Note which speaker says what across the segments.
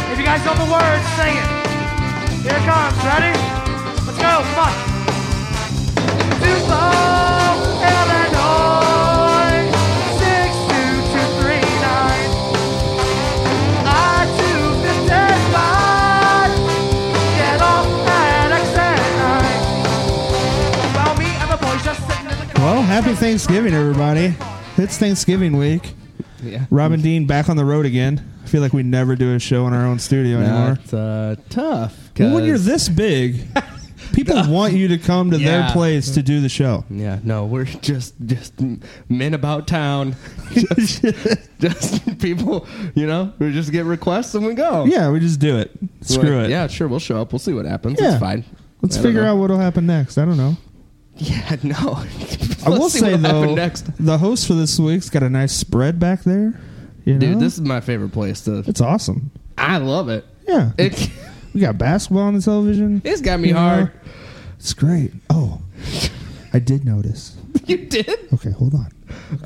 Speaker 1: the words, sing it. Here it comes, ready? Let's go, come on. Tupelo, Illinois, 62239. I-255, get off at exit nine. Well, me and the boys just sitting in the car.
Speaker 2: Well, happy Thanksgiving, everybody. It's Thanksgiving week.
Speaker 3: Yeah.
Speaker 2: Robin Dean back on the road again. I feel like we never do a show in our own studio anymore.
Speaker 3: That's uh, tough.
Speaker 2: Well, when you're
Speaker 3: 'cause-
Speaker 2: this big, people want you to come to
Speaker 3: Yeah. Mm.
Speaker 2: their place to do the show.
Speaker 3: Yeah, no, we're just just men about town. just, just people, you know, we just get requests and we go.
Speaker 2: Yeah, we just do it.
Speaker 3: We're
Speaker 2: Screw
Speaker 3: like,
Speaker 2: it.
Speaker 3: Yeah, sure, we'll show up. We'll see what happens.
Speaker 2: Yeah.
Speaker 3: It's fine.
Speaker 2: Let's
Speaker 3: I don't
Speaker 2: figure
Speaker 3: know.
Speaker 2: out what'll happen next. I don't know.
Speaker 3: Yeah, no.
Speaker 2: I will
Speaker 3: Let's see
Speaker 2: say
Speaker 3: what'll happen
Speaker 2: though,
Speaker 3: next.
Speaker 2: the host for this week's got a nice spread back there. You know?
Speaker 3: Dude, this is my favorite place to.
Speaker 2: it's awesome.
Speaker 3: I love it.
Speaker 2: Yeah,
Speaker 3: It
Speaker 2: we got basketball on the television.
Speaker 3: it's got me
Speaker 2: You know?
Speaker 3: hard.
Speaker 2: It's great. Oh, I did notice.
Speaker 3: You did?
Speaker 2: Okay, hold on.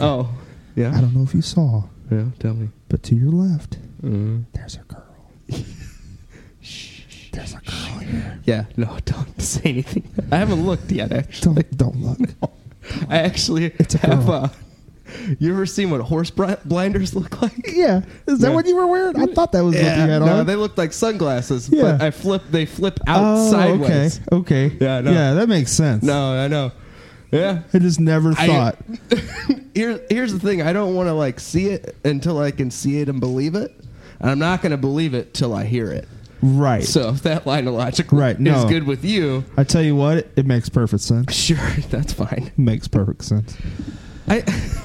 Speaker 3: Oh,
Speaker 2: I
Speaker 3: yeah.
Speaker 2: don't know if you saw,
Speaker 3: Yeah, tell me.
Speaker 2: but to your left,
Speaker 3: Mm.
Speaker 2: there's a girl. There's a girl here.
Speaker 3: Yeah, no, don't say anything. I haven't looked yet. Actually,
Speaker 2: Don't don't look.
Speaker 3: I actually
Speaker 2: It's a
Speaker 3: have.
Speaker 2: girl.
Speaker 3: Uh, you ever seen what horse bri- blinders look like?
Speaker 2: Yeah, is that
Speaker 3: Yeah.
Speaker 2: what you were wearing? I thought that was what you had
Speaker 3: no,
Speaker 2: on.
Speaker 3: they look like sunglasses,
Speaker 2: Yeah.
Speaker 3: but I flip. They flip out
Speaker 2: oh,
Speaker 3: sideways.
Speaker 2: okay, okay.
Speaker 3: Yeah, no.
Speaker 2: yeah, that makes sense.
Speaker 3: No, I know. Yeah.
Speaker 2: I just never
Speaker 3: I-
Speaker 2: thought.
Speaker 3: Here, here's the thing. I don't want to like see it until I can see it and believe it, and I'm not going to believe it till I hear it.
Speaker 2: right.
Speaker 3: So if that line of logic
Speaker 2: Right, no.
Speaker 3: is good with you,
Speaker 2: I tell you what, it makes perfect sense.
Speaker 3: sure, that's fine.
Speaker 2: Makes perfect sense.
Speaker 3: I,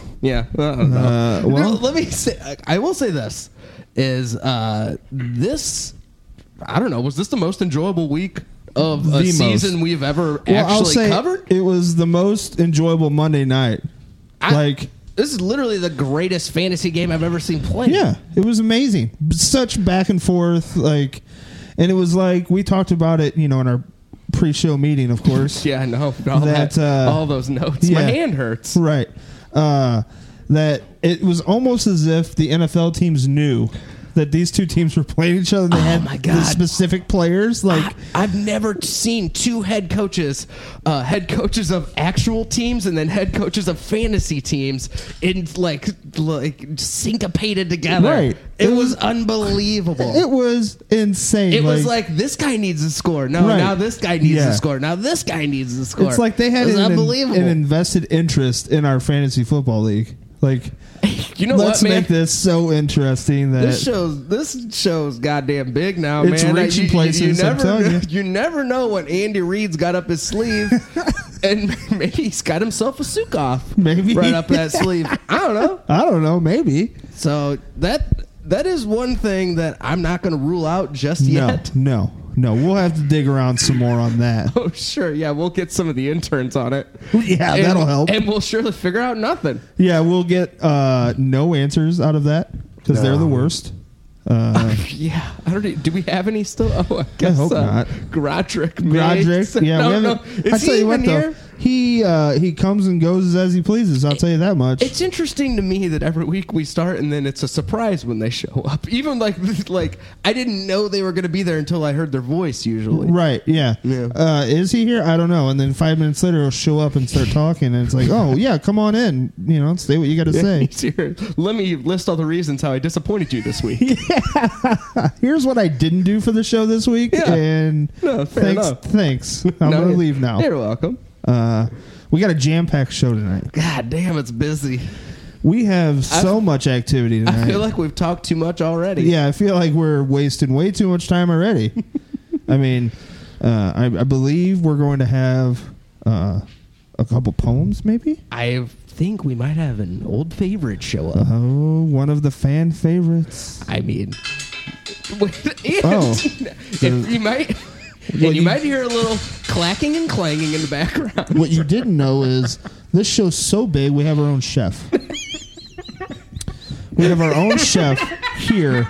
Speaker 3: yeah. I don't know.
Speaker 2: Uh,
Speaker 3: No,
Speaker 2: well-
Speaker 3: let me say. I will say this is uh, this. I don't know. Was this the most enjoyable week of
Speaker 2: The
Speaker 3: a
Speaker 2: most.
Speaker 3: season we've ever
Speaker 2: Well, I'll
Speaker 3: actually
Speaker 2: say
Speaker 3: covered?
Speaker 2: it was the most enjoyable Monday night.
Speaker 3: I-
Speaker 2: like,
Speaker 3: This is literally the greatest fantasy game I've ever seen played.
Speaker 2: yeah, it was amazing. Such back and forth, like, and it was like we talked about it, you know, in our pre-show meeting, of course.
Speaker 3: Yeah, no, all
Speaker 2: That,
Speaker 3: that,
Speaker 2: uh,
Speaker 3: all those notes. My
Speaker 2: yeah.
Speaker 3: hand hurts.
Speaker 2: Right. Uh, that it was almost as if the NFL teams knew that these two teams were playing each other. and They had
Speaker 3: Oh my
Speaker 2: the
Speaker 3: God.
Speaker 2: specific players. Like,
Speaker 3: I've never seen two head coaches, uh, head coaches of actual teams and then head coaches of fantasy teams, in like like syncopated together.
Speaker 2: Right.
Speaker 3: It,
Speaker 2: It
Speaker 3: was, unbelievable.
Speaker 2: it was insane.
Speaker 3: It was like this guy needs a score. No,
Speaker 2: Right.
Speaker 3: now this guy needs
Speaker 2: Yeah.
Speaker 3: a score. Now this guy needs a score.
Speaker 2: it's like they had
Speaker 3: it was
Speaker 2: an,
Speaker 3: unbelievable.
Speaker 2: an invested interest in our fantasy football league. Like,
Speaker 3: you know
Speaker 2: let's
Speaker 3: what, man?
Speaker 2: make this so interesting that
Speaker 3: This shows this shows goddamn big now,
Speaker 2: It's
Speaker 3: man.
Speaker 2: reaching places, I'm
Speaker 3: never,
Speaker 2: telling you.
Speaker 3: never know what Andy Reid's got up his sleeve, and maybe he's got himself a Sukov
Speaker 2: Maybe.
Speaker 3: right up that sleeve. I don't know.
Speaker 2: I don't know, maybe
Speaker 3: So that that is one thing that I'm not going to rule out just yet.
Speaker 2: no, no, no. We'll have to dig around some more on that.
Speaker 3: Oh sure, yeah, we'll get some of the interns on it.
Speaker 2: Yeah,
Speaker 3: And-
Speaker 2: that'll help.
Speaker 3: and we'll surely figure out nothing.
Speaker 2: Yeah, we'll get uh, no answers out of that because they're the worst. Uh,
Speaker 3: Yeah, I don't. e- Do we have any still? Oh, I guess
Speaker 2: hope
Speaker 3: uh,
Speaker 2: not.
Speaker 3: Grodrick.
Speaker 2: Roderick,
Speaker 3: Mays.
Speaker 2: yeah,
Speaker 3: no,
Speaker 2: we haven't.
Speaker 3: no. Is
Speaker 2: I tell
Speaker 3: he
Speaker 2: you what,
Speaker 3: even
Speaker 2: though,
Speaker 3: here?
Speaker 2: he uh, he comes and goes as he pleases. I'll tell you that much.
Speaker 3: It's interesting to me that every week we start and then it's a surprise when they show up. Even like like I didn't know they were going to be there until I heard their voice usually.
Speaker 2: Right. Yeah.
Speaker 3: Yeah.
Speaker 2: Uh, is he here? I don't know. And then five minutes later, he'll show up and start talking, and it's like, oh yeah, come on in. You know, say what you got to say.
Speaker 3: He's here. Let me list all the reasons how I disappointed you this week.
Speaker 2: Here's what I didn't do for the show this week,
Speaker 3: Yeah.
Speaker 2: and
Speaker 3: No, fair
Speaker 2: thanks.
Speaker 3: enough.
Speaker 2: Thanks. I'm gonna
Speaker 3: you-
Speaker 2: leave
Speaker 3: You're
Speaker 2: now.
Speaker 3: welcome.
Speaker 2: Uh, we got a jam-packed show tonight.
Speaker 3: God damn, it's busy.
Speaker 2: We have so much activity tonight.
Speaker 3: I feel like we've talked too much already.
Speaker 2: yeah, I feel like we're wasting way too much time already. I mean, uh, I, I believe we're going to have uh, a couple poems, maybe.
Speaker 3: I think we might have an old favorite show up.
Speaker 2: Oh, one of the fan favorites.
Speaker 3: I mean, with- and
Speaker 2: Oh.
Speaker 3: if you might, and
Speaker 2: Well,
Speaker 3: you,
Speaker 2: you-
Speaker 3: might hear a little clacking and clanging in the background.
Speaker 2: What you didn't know is this show's so big, we have our own chef. We have our own chef here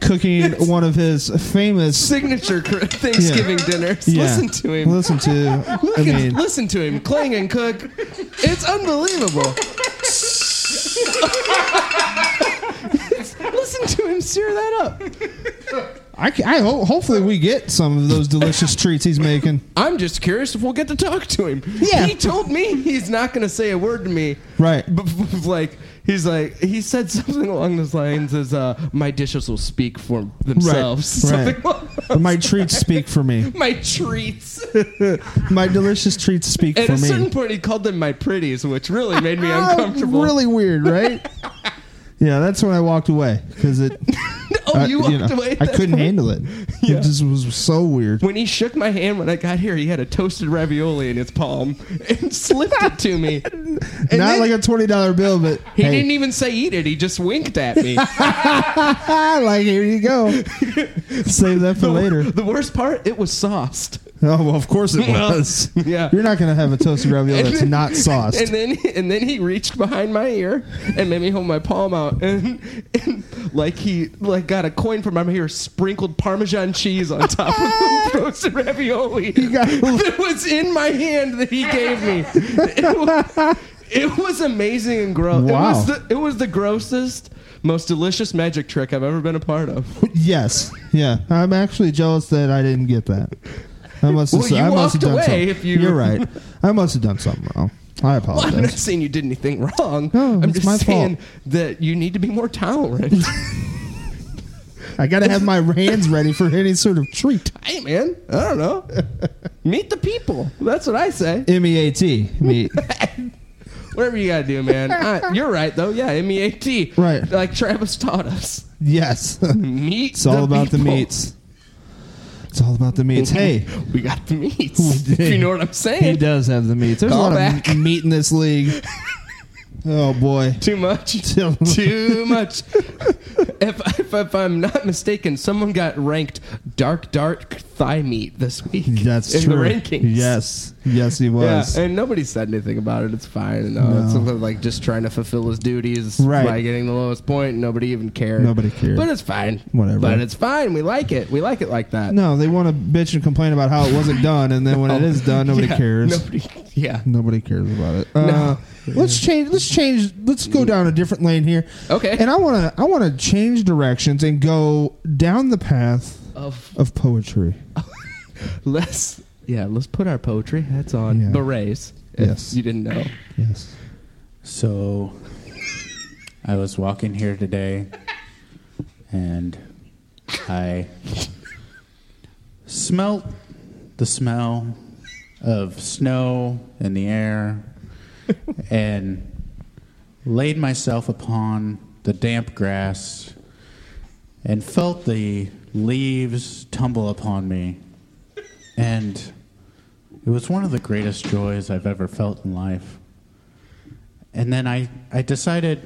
Speaker 2: cooking one of his famous.
Speaker 3: Signature cr- Thanksgiving dinners.
Speaker 2: Yeah.
Speaker 3: Listen to him.
Speaker 2: Listen to.
Speaker 3: Look
Speaker 2: I
Speaker 3: at-
Speaker 2: mean,
Speaker 3: listen to him clang and cook. It's unbelievable. listen to him sear that up.
Speaker 2: I, ca- I ho- hopefully we get some of those delicious treats he's making.
Speaker 3: I'm just curious if we'll get to talk to him.
Speaker 2: Yeah.
Speaker 3: He told me he's not going to say a word to me.
Speaker 2: Right.
Speaker 3: But like he's like he said something along those lines as uh my dishes will speak for themselves.
Speaker 2: right.
Speaker 3: Something along-
Speaker 2: But my treats speak for me.
Speaker 3: my treats.
Speaker 2: My delicious treats speak
Speaker 3: At
Speaker 2: for
Speaker 3: a
Speaker 2: me.
Speaker 3: certain point he called them my pretties, which really made me
Speaker 2: Ah,
Speaker 3: uncomfortable.
Speaker 2: Really weird, right? yeah, that's when I walked away because it.
Speaker 3: Oh,
Speaker 2: I,
Speaker 3: you walked
Speaker 2: know,
Speaker 3: away. at
Speaker 2: I
Speaker 3: that
Speaker 2: couldn't
Speaker 3: point?
Speaker 2: handle it.
Speaker 3: Yeah.
Speaker 2: It just was so weird.
Speaker 3: When he shook my hand when I got here, he had a toasted ravioli in his palm and slipped it to me. And
Speaker 2: Not
Speaker 3: then
Speaker 2: like a twenty dollar bill, but
Speaker 3: he
Speaker 2: hey,
Speaker 3: didn't e- even say eat it. He just winked at me.
Speaker 2: I like here you go. Save that for
Speaker 3: The-
Speaker 2: later.
Speaker 3: The worst part, it was sauced.
Speaker 2: Oh well, of course it was.
Speaker 3: Yeah.
Speaker 2: You're not gonna have a toasted ravioli
Speaker 3: And
Speaker 2: that's
Speaker 3: then-
Speaker 2: not sauced.
Speaker 3: And then and then he reached behind my ear and made me hold my palm out and, and like he like got a coin from my ear, sprinkled Parmesan cheese on top of the roasted ravioli
Speaker 2: got-
Speaker 3: that was in my hand that he gave me. It was, it was amazing and gross. It
Speaker 2: Wow.
Speaker 3: was the, it was the grossest, most delicious magic trick I've ever been a part of.
Speaker 2: yes. Yeah. I'm actually jealous that I didn't get that. I must have.
Speaker 3: Well, you
Speaker 2: I must have
Speaker 3: walked
Speaker 2: done
Speaker 3: away
Speaker 2: something.
Speaker 3: if you-
Speaker 2: are right. I must have done something wrong. I
Speaker 3: Well, I'm not
Speaker 2: apologize.
Speaker 3: saying you did anything wrong.
Speaker 2: No,
Speaker 3: I'm
Speaker 2: it's
Speaker 3: just
Speaker 2: my
Speaker 3: saying
Speaker 2: fault.
Speaker 3: that you need to be more tolerant.
Speaker 2: I gotta have my hands ready for any sort of treat.
Speaker 3: hey man, I don't know. Meet the people. That's what I say.
Speaker 2: M E A T. Meat.
Speaker 3: Whatever you gotta do, man. I, you're right though. Yeah, M E A T.
Speaker 2: Right.
Speaker 3: Like Travis taught us.
Speaker 2: Yes.
Speaker 3: Meet.
Speaker 2: It's all about the
Speaker 3: people.
Speaker 2: meats. It's all about the meats. Hey,
Speaker 3: we got the meats. if you know what I'm
Speaker 2: he
Speaker 3: saying.
Speaker 2: does have the meats. There's a
Speaker 3: Call
Speaker 2: lot
Speaker 3: back.
Speaker 2: of m- meat in this league. Oh boy.
Speaker 3: Too much.
Speaker 2: Too-
Speaker 3: Too much. if, if, if I'm not mistaken, someone got ranked dark, dark thigh meat this week.
Speaker 2: That's
Speaker 3: in
Speaker 2: true.
Speaker 3: the rankings.
Speaker 2: Yes. Yes, he
Speaker 3: Yeah,
Speaker 2: was.
Speaker 3: and nobody said anything about it. It's fine. No, It's sort of like just trying to fulfill his duties
Speaker 2: Right.
Speaker 3: by getting the lowest point. Nobody even cared.
Speaker 2: Nobody cared.
Speaker 3: But it's fine.
Speaker 2: Whatever.
Speaker 3: But it's fine. We like it. We like it like that.
Speaker 2: No, they want to bitch and complain about how it wasn't done, and then when it is done, nobody
Speaker 3: Yeah,
Speaker 2: cares.
Speaker 3: Nobody. Yeah.
Speaker 2: Nobody cares about it. Uh, Let's change. Let's change. Let's go down a different lane here.
Speaker 3: Okay.
Speaker 2: And I want to. I want to change directions and go down the path
Speaker 3: Of
Speaker 2: of poetry.
Speaker 3: let's yeah let's put our poetry hats on
Speaker 2: Yeah.
Speaker 3: berets. if
Speaker 2: Yes.
Speaker 3: You didn't know.
Speaker 2: Yes.
Speaker 4: So I was walking here today and I smelt the smell of snow in the air and laid myself upon the damp grass and felt the leaves tumble upon me and it was one of the greatest joys I've ever felt in life. And then I, I decided,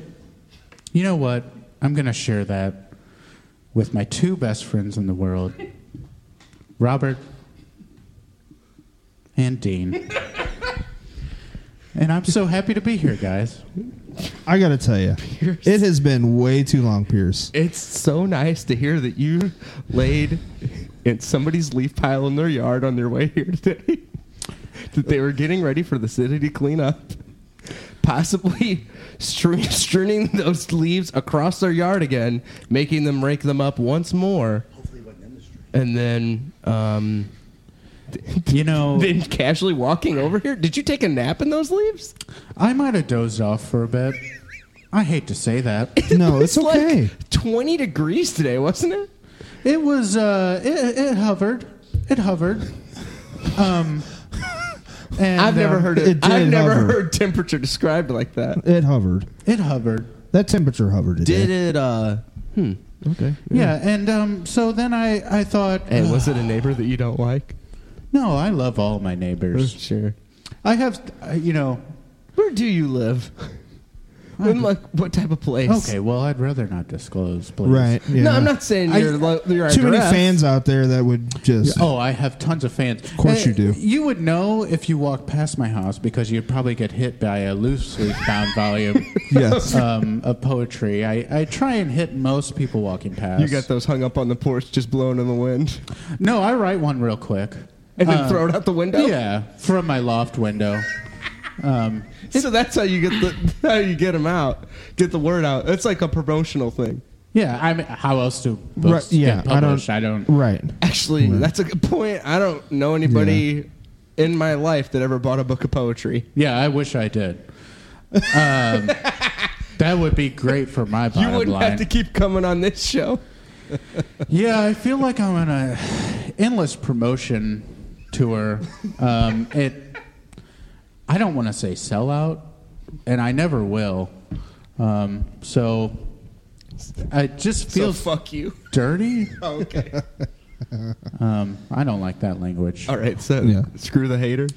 Speaker 4: you know what? I'm going to share that with my two best friends in the world, Robert and Dean. and I'm so happy to be here, guys.
Speaker 2: I gotta tell you, it has been way too long, Pierce.
Speaker 3: It's so nice to hear that you laid in somebody's leaf pile in their yard on their way here today. that they were getting ready for the city to clean up. Possibly stre- stringing those leaves across their yard again, making them rake them up once more. And then, um,
Speaker 4: You know,
Speaker 3: then casually walking over here. Did you take a nap in those leaves?
Speaker 4: I might have dozed off for a bit. I hate to say that.
Speaker 2: No, it's
Speaker 3: It's like
Speaker 2: okay.
Speaker 3: 20 degrees today, wasn't it?
Speaker 4: It was, uh, it, it hovered. It hovered. Um, and,
Speaker 3: I've never
Speaker 4: uh,
Speaker 3: heard
Speaker 2: it
Speaker 3: it.
Speaker 2: did
Speaker 3: I've never
Speaker 2: hover.
Speaker 3: heard temperature described like that.
Speaker 2: it hovered.
Speaker 4: It hovered.
Speaker 2: That temperature hovered today.
Speaker 3: Did it? Uh, hmm. Okay.
Speaker 4: Yeah, and um, so then I, I thought, uh,
Speaker 3: Hey, was it a neighbor that you don't like?
Speaker 4: no, I love all my neighbors.
Speaker 3: Sure.
Speaker 4: I have, uh, you know,
Speaker 3: Where do you live? In like what type of place?
Speaker 4: okay, well, I'd rather not disclose, please.
Speaker 2: Right. Yeah.
Speaker 3: No, I'm not saying
Speaker 4: I-
Speaker 3: you're. lo- your
Speaker 2: Too many
Speaker 3: address.
Speaker 2: fans out there that would just.
Speaker 4: Oh, I have tons of fans. Of
Speaker 2: course you do.
Speaker 4: You would know if you walked past my house because you'd probably get hit by a loosely bound volume
Speaker 2: Yes.
Speaker 4: um, of poetry. I, I try and hit most people walking past.
Speaker 3: You got those hung up on the porch, just blowing in the wind,
Speaker 4: No, I write one real quick.
Speaker 3: and then
Speaker 4: Um,
Speaker 3: throw it out the window.
Speaker 4: Yeah, from my loft window. Um,
Speaker 3: So that's how you get the how you get them out, get the word out. It's like a promotional thing.
Speaker 4: Yeah, I mean, how else do books
Speaker 2: Right, yeah,
Speaker 4: get published? I don't.
Speaker 2: Right.
Speaker 3: Actually, that's a good point. I don't know anybody in my life that ever bought a book of poetry.
Speaker 4: Yeah, I wish I did. Um, that would be great for my
Speaker 3: You
Speaker 4: bottom
Speaker 3: wouldn't
Speaker 4: line.
Speaker 3: have to keep coming on this show.
Speaker 4: Yeah, I feel like I'm on a endless promotion tour. Um, it, I don't want to say sell out, and I never will. Um, so it just
Speaker 3: So
Speaker 4: feels
Speaker 3: fuck you.
Speaker 4: dirty.
Speaker 3: Oh, Okay.
Speaker 4: Um, I don't like that language.
Speaker 3: All right. So
Speaker 2: Yeah.
Speaker 3: screw the haters.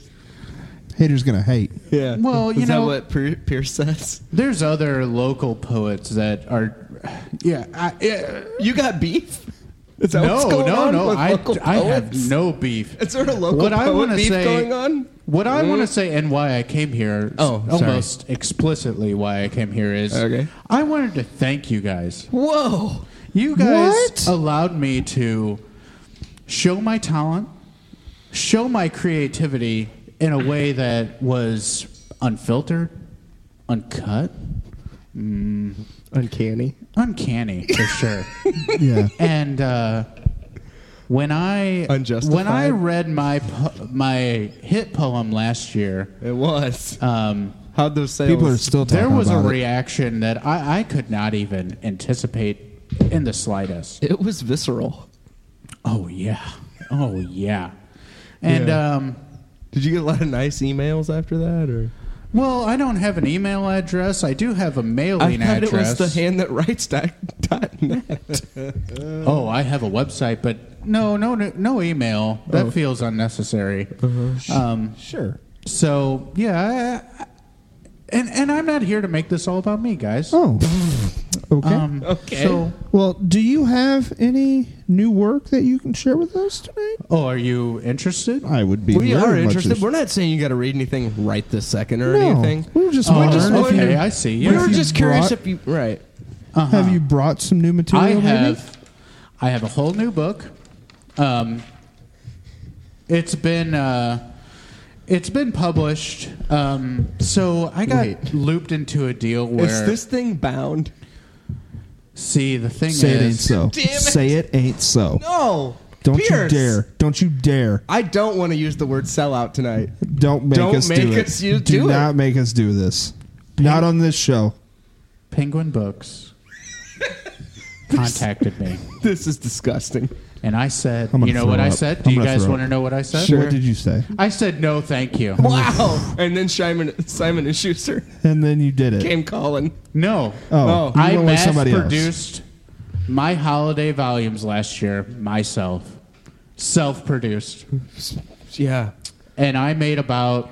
Speaker 2: Haters gonna hate.
Speaker 3: Yeah.
Speaker 4: Well, you
Speaker 3: is
Speaker 4: know-
Speaker 3: that what Pier- Pierce says?
Speaker 4: There's other local poets that are, yeah. I, yeah.
Speaker 3: You got beef? Is that what's
Speaker 4: no,
Speaker 3: going
Speaker 4: no,
Speaker 3: on
Speaker 4: no.
Speaker 3: with
Speaker 4: I,
Speaker 3: local
Speaker 4: I have
Speaker 3: poets?
Speaker 4: no beef.
Speaker 3: Is there a local
Speaker 4: what I
Speaker 3: poet
Speaker 4: wanna
Speaker 3: beef
Speaker 4: say,
Speaker 3: going on? Mm.
Speaker 4: What I want to say and why I came here,
Speaker 3: Oh, sorry.
Speaker 4: almost explicitly why I came here is
Speaker 3: Okay.
Speaker 4: I wanted to thank you guys.
Speaker 3: Whoa.
Speaker 4: You guys
Speaker 2: What?
Speaker 4: allowed me to show my talent, show my creativity in a way that was unfiltered, uncut,
Speaker 3: Uncanny.
Speaker 4: uncanny for sure.
Speaker 2: Yeah.
Speaker 4: and uh, when I
Speaker 3: Unjustified.
Speaker 4: when I read my po- my hit poem last year,
Speaker 3: It was.
Speaker 4: um,
Speaker 3: Howd those sales?
Speaker 2: People are still talking
Speaker 4: there was a
Speaker 2: about it.
Speaker 4: reaction that I, I could not even anticipate in the slightest.
Speaker 3: It was visceral.
Speaker 4: Oh yeah, oh yeah, and
Speaker 3: Yeah.
Speaker 4: um,
Speaker 3: Did you get a lot of nice emails after that, or
Speaker 4: well, I don't have an email address. I do have a
Speaker 3: I
Speaker 4: mailing
Speaker 3: thought it was
Speaker 4: address.
Speaker 3: the hand that writes dot, dot net.
Speaker 4: oh, I have a website, but no, no, no, no email. That
Speaker 3: Oh.
Speaker 4: feels unnecessary. Um,
Speaker 2: Sure.
Speaker 4: So yeah, I, I- and and I'm not here to make this all about me, guys.
Speaker 2: Oh. okay.
Speaker 4: Um,
Speaker 3: Okay.
Speaker 4: So,
Speaker 2: well, do you have any new work that you can share with us tonight?
Speaker 4: oh, are you interested?
Speaker 2: I would be. very
Speaker 3: We are
Speaker 2: much
Speaker 3: interested.
Speaker 2: interested.
Speaker 3: We're not saying you got to read anything right this second or
Speaker 2: No,
Speaker 3: anything.
Speaker 2: we were just
Speaker 4: Oh,
Speaker 2: wondering if
Speaker 4: okay,
Speaker 2: you-
Speaker 4: I see.
Speaker 3: We
Speaker 4: Yeah.
Speaker 3: were
Speaker 2: you
Speaker 3: just curious
Speaker 2: brought-
Speaker 3: if you right.
Speaker 4: Uh-huh.
Speaker 2: Have you brought some new material?
Speaker 4: I
Speaker 2: maybe?
Speaker 4: have, I have a whole new book. Um, it's been uh, it's been published. Um, so I got
Speaker 3: Wait.
Speaker 4: looped into a deal where
Speaker 3: Is this thing bound?
Speaker 4: see the thing
Speaker 2: Say it ain't
Speaker 4: is
Speaker 2: so.
Speaker 3: Damn it.
Speaker 2: Say it ain't so.
Speaker 3: No.
Speaker 2: Don't
Speaker 3: Pierce.
Speaker 2: you dare. Don't you dare.
Speaker 3: I don't want to use the word sellout tonight.
Speaker 2: Don't make
Speaker 3: Don't
Speaker 2: us
Speaker 3: make
Speaker 2: do
Speaker 3: us
Speaker 2: it.
Speaker 3: you
Speaker 2: do
Speaker 3: do it.
Speaker 2: not make us do this. Not on this show.
Speaker 4: Penguin Books contacted me.
Speaker 3: This is disgusting.
Speaker 4: And I said,
Speaker 2: I'm gonna
Speaker 4: you know
Speaker 2: throw
Speaker 4: what I
Speaker 2: up.
Speaker 4: said?
Speaker 2: I'm
Speaker 4: Do you
Speaker 2: gonna
Speaker 4: guys
Speaker 2: throw
Speaker 4: want to
Speaker 2: up.
Speaker 4: know what I said?
Speaker 2: What did you say?
Speaker 4: I said no, thank you.
Speaker 3: Wow. and then Simon Simon and Schuster
Speaker 2: And then you did it.
Speaker 3: came calling.
Speaker 4: No.
Speaker 2: Oh,
Speaker 3: Oh.
Speaker 2: you
Speaker 4: I
Speaker 2: went with
Speaker 4: mass
Speaker 2: somebody else.
Speaker 4: produced my holiday volumes last year myself, self produced,
Speaker 3: Yeah.
Speaker 4: and I made about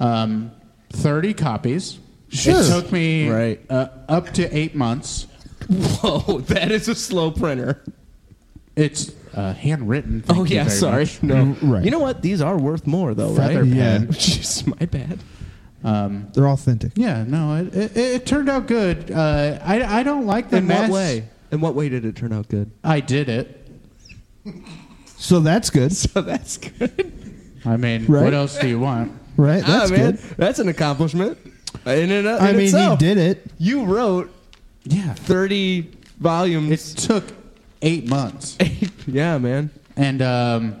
Speaker 4: um, thirty copies.
Speaker 2: Sure.
Speaker 4: It took me
Speaker 3: Right.
Speaker 4: uh, up to eight months.
Speaker 3: Whoa, that is a slow printer.
Speaker 4: It's uh, handwritten. Thank
Speaker 3: oh
Speaker 4: you
Speaker 3: yeah,
Speaker 4: very
Speaker 3: sorry.
Speaker 4: much. Mm,
Speaker 3: No.
Speaker 2: Right.
Speaker 3: You know what? These are worth more though,
Speaker 4: Feather
Speaker 3: right?
Speaker 2: Yeah.
Speaker 4: pen.
Speaker 3: Jeez, my bad.
Speaker 4: Um,
Speaker 2: They're authentic.
Speaker 4: yeah, no, it, it, it turned out good. Uh, I, I don't like the
Speaker 3: In
Speaker 4: mass-
Speaker 3: what way? In what way did it turn out good?
Speaker 4: I did it.
Speaker 2: So that's good,
Speaker 3: So Oh, that's good.
Speaker 4: I mean,
Speaker 2: Right?
Speaker 4: what else do you want?
Speaker 2: right? That's
Speaker 3: ah, man,
Speaker 2: good.
Speaker 3: That's an accomplishment. In and of
Speaker 2: I mean,
Speaker 3: itself.
Speaker 2: he did it.
Speaker 3: You wrote
Speaker 4: Yeah.
Speaker 3: 30
Speaker 4: It
Speaker 3: volumes.
Speaker 4: took eight months.
Speaker 3: yeah, man.
Speaker 4: And um,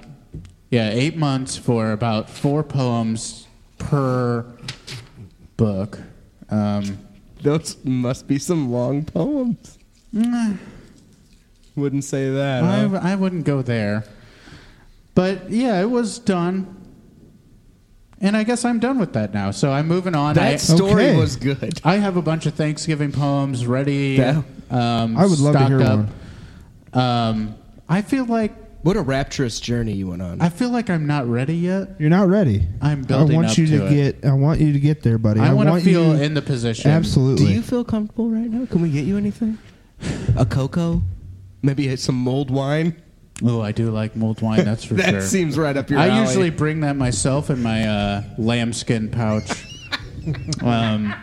Speaker 4: yeah, eight months for about four poems per book. Um,
Speaker 3: Those must be some long poems.
Speaker 4: mm,
Speaker 3: Wouldn't say that.
Speaker 4: I,
Speaker 3: huh?
Speaker 4: I wouldn't go there. But yeah, it was done. And I guess I'm done with that now. So I'm moving on. I,
Speaker 3: That story
Speaker 2: Okay.
Speaker 3: was good.
Speaker 4: I have a bunch of Thanksgiving poems ready.
Speaker 3: Yeah.
Speaker 4: Um,
Speaker 2: I would love to
Speaker 4: stocked
Speaker 2: hear
Speaker 4: up. Um, I feel like
Speaker 3: What a rapturous journey you went on.
Speaker 4: I feel like I'm not ready yet.
Speaker 2: You're not ready.
Speaker 4: I'm building
Speaker 2: I want
Speaker 4: up
Speaker 2: you to,
Speaker 4: to it.
Speaker 2: get. I want you to get there, buddy.
Speaker 4: I, want
Speaker 2: want
Speaker 4: to feel
Speaker 2: you,
Speaker 4: in the position.
Speaker 2: absolutely.
Speaker 3: Do you feel comfortable right now? Can we get you anything? A cocoa? Maybe some mulled wine?
Speaker 4: Oh, I do like mulled wine. That's for
Speaker 3: That
Speaker 4: sure.
Speaker 3: seems right up your
Speaker 4: I
Speaker 3: alley.
Speaker 4: usually bring that myself in my uh, lambskin pouch. um,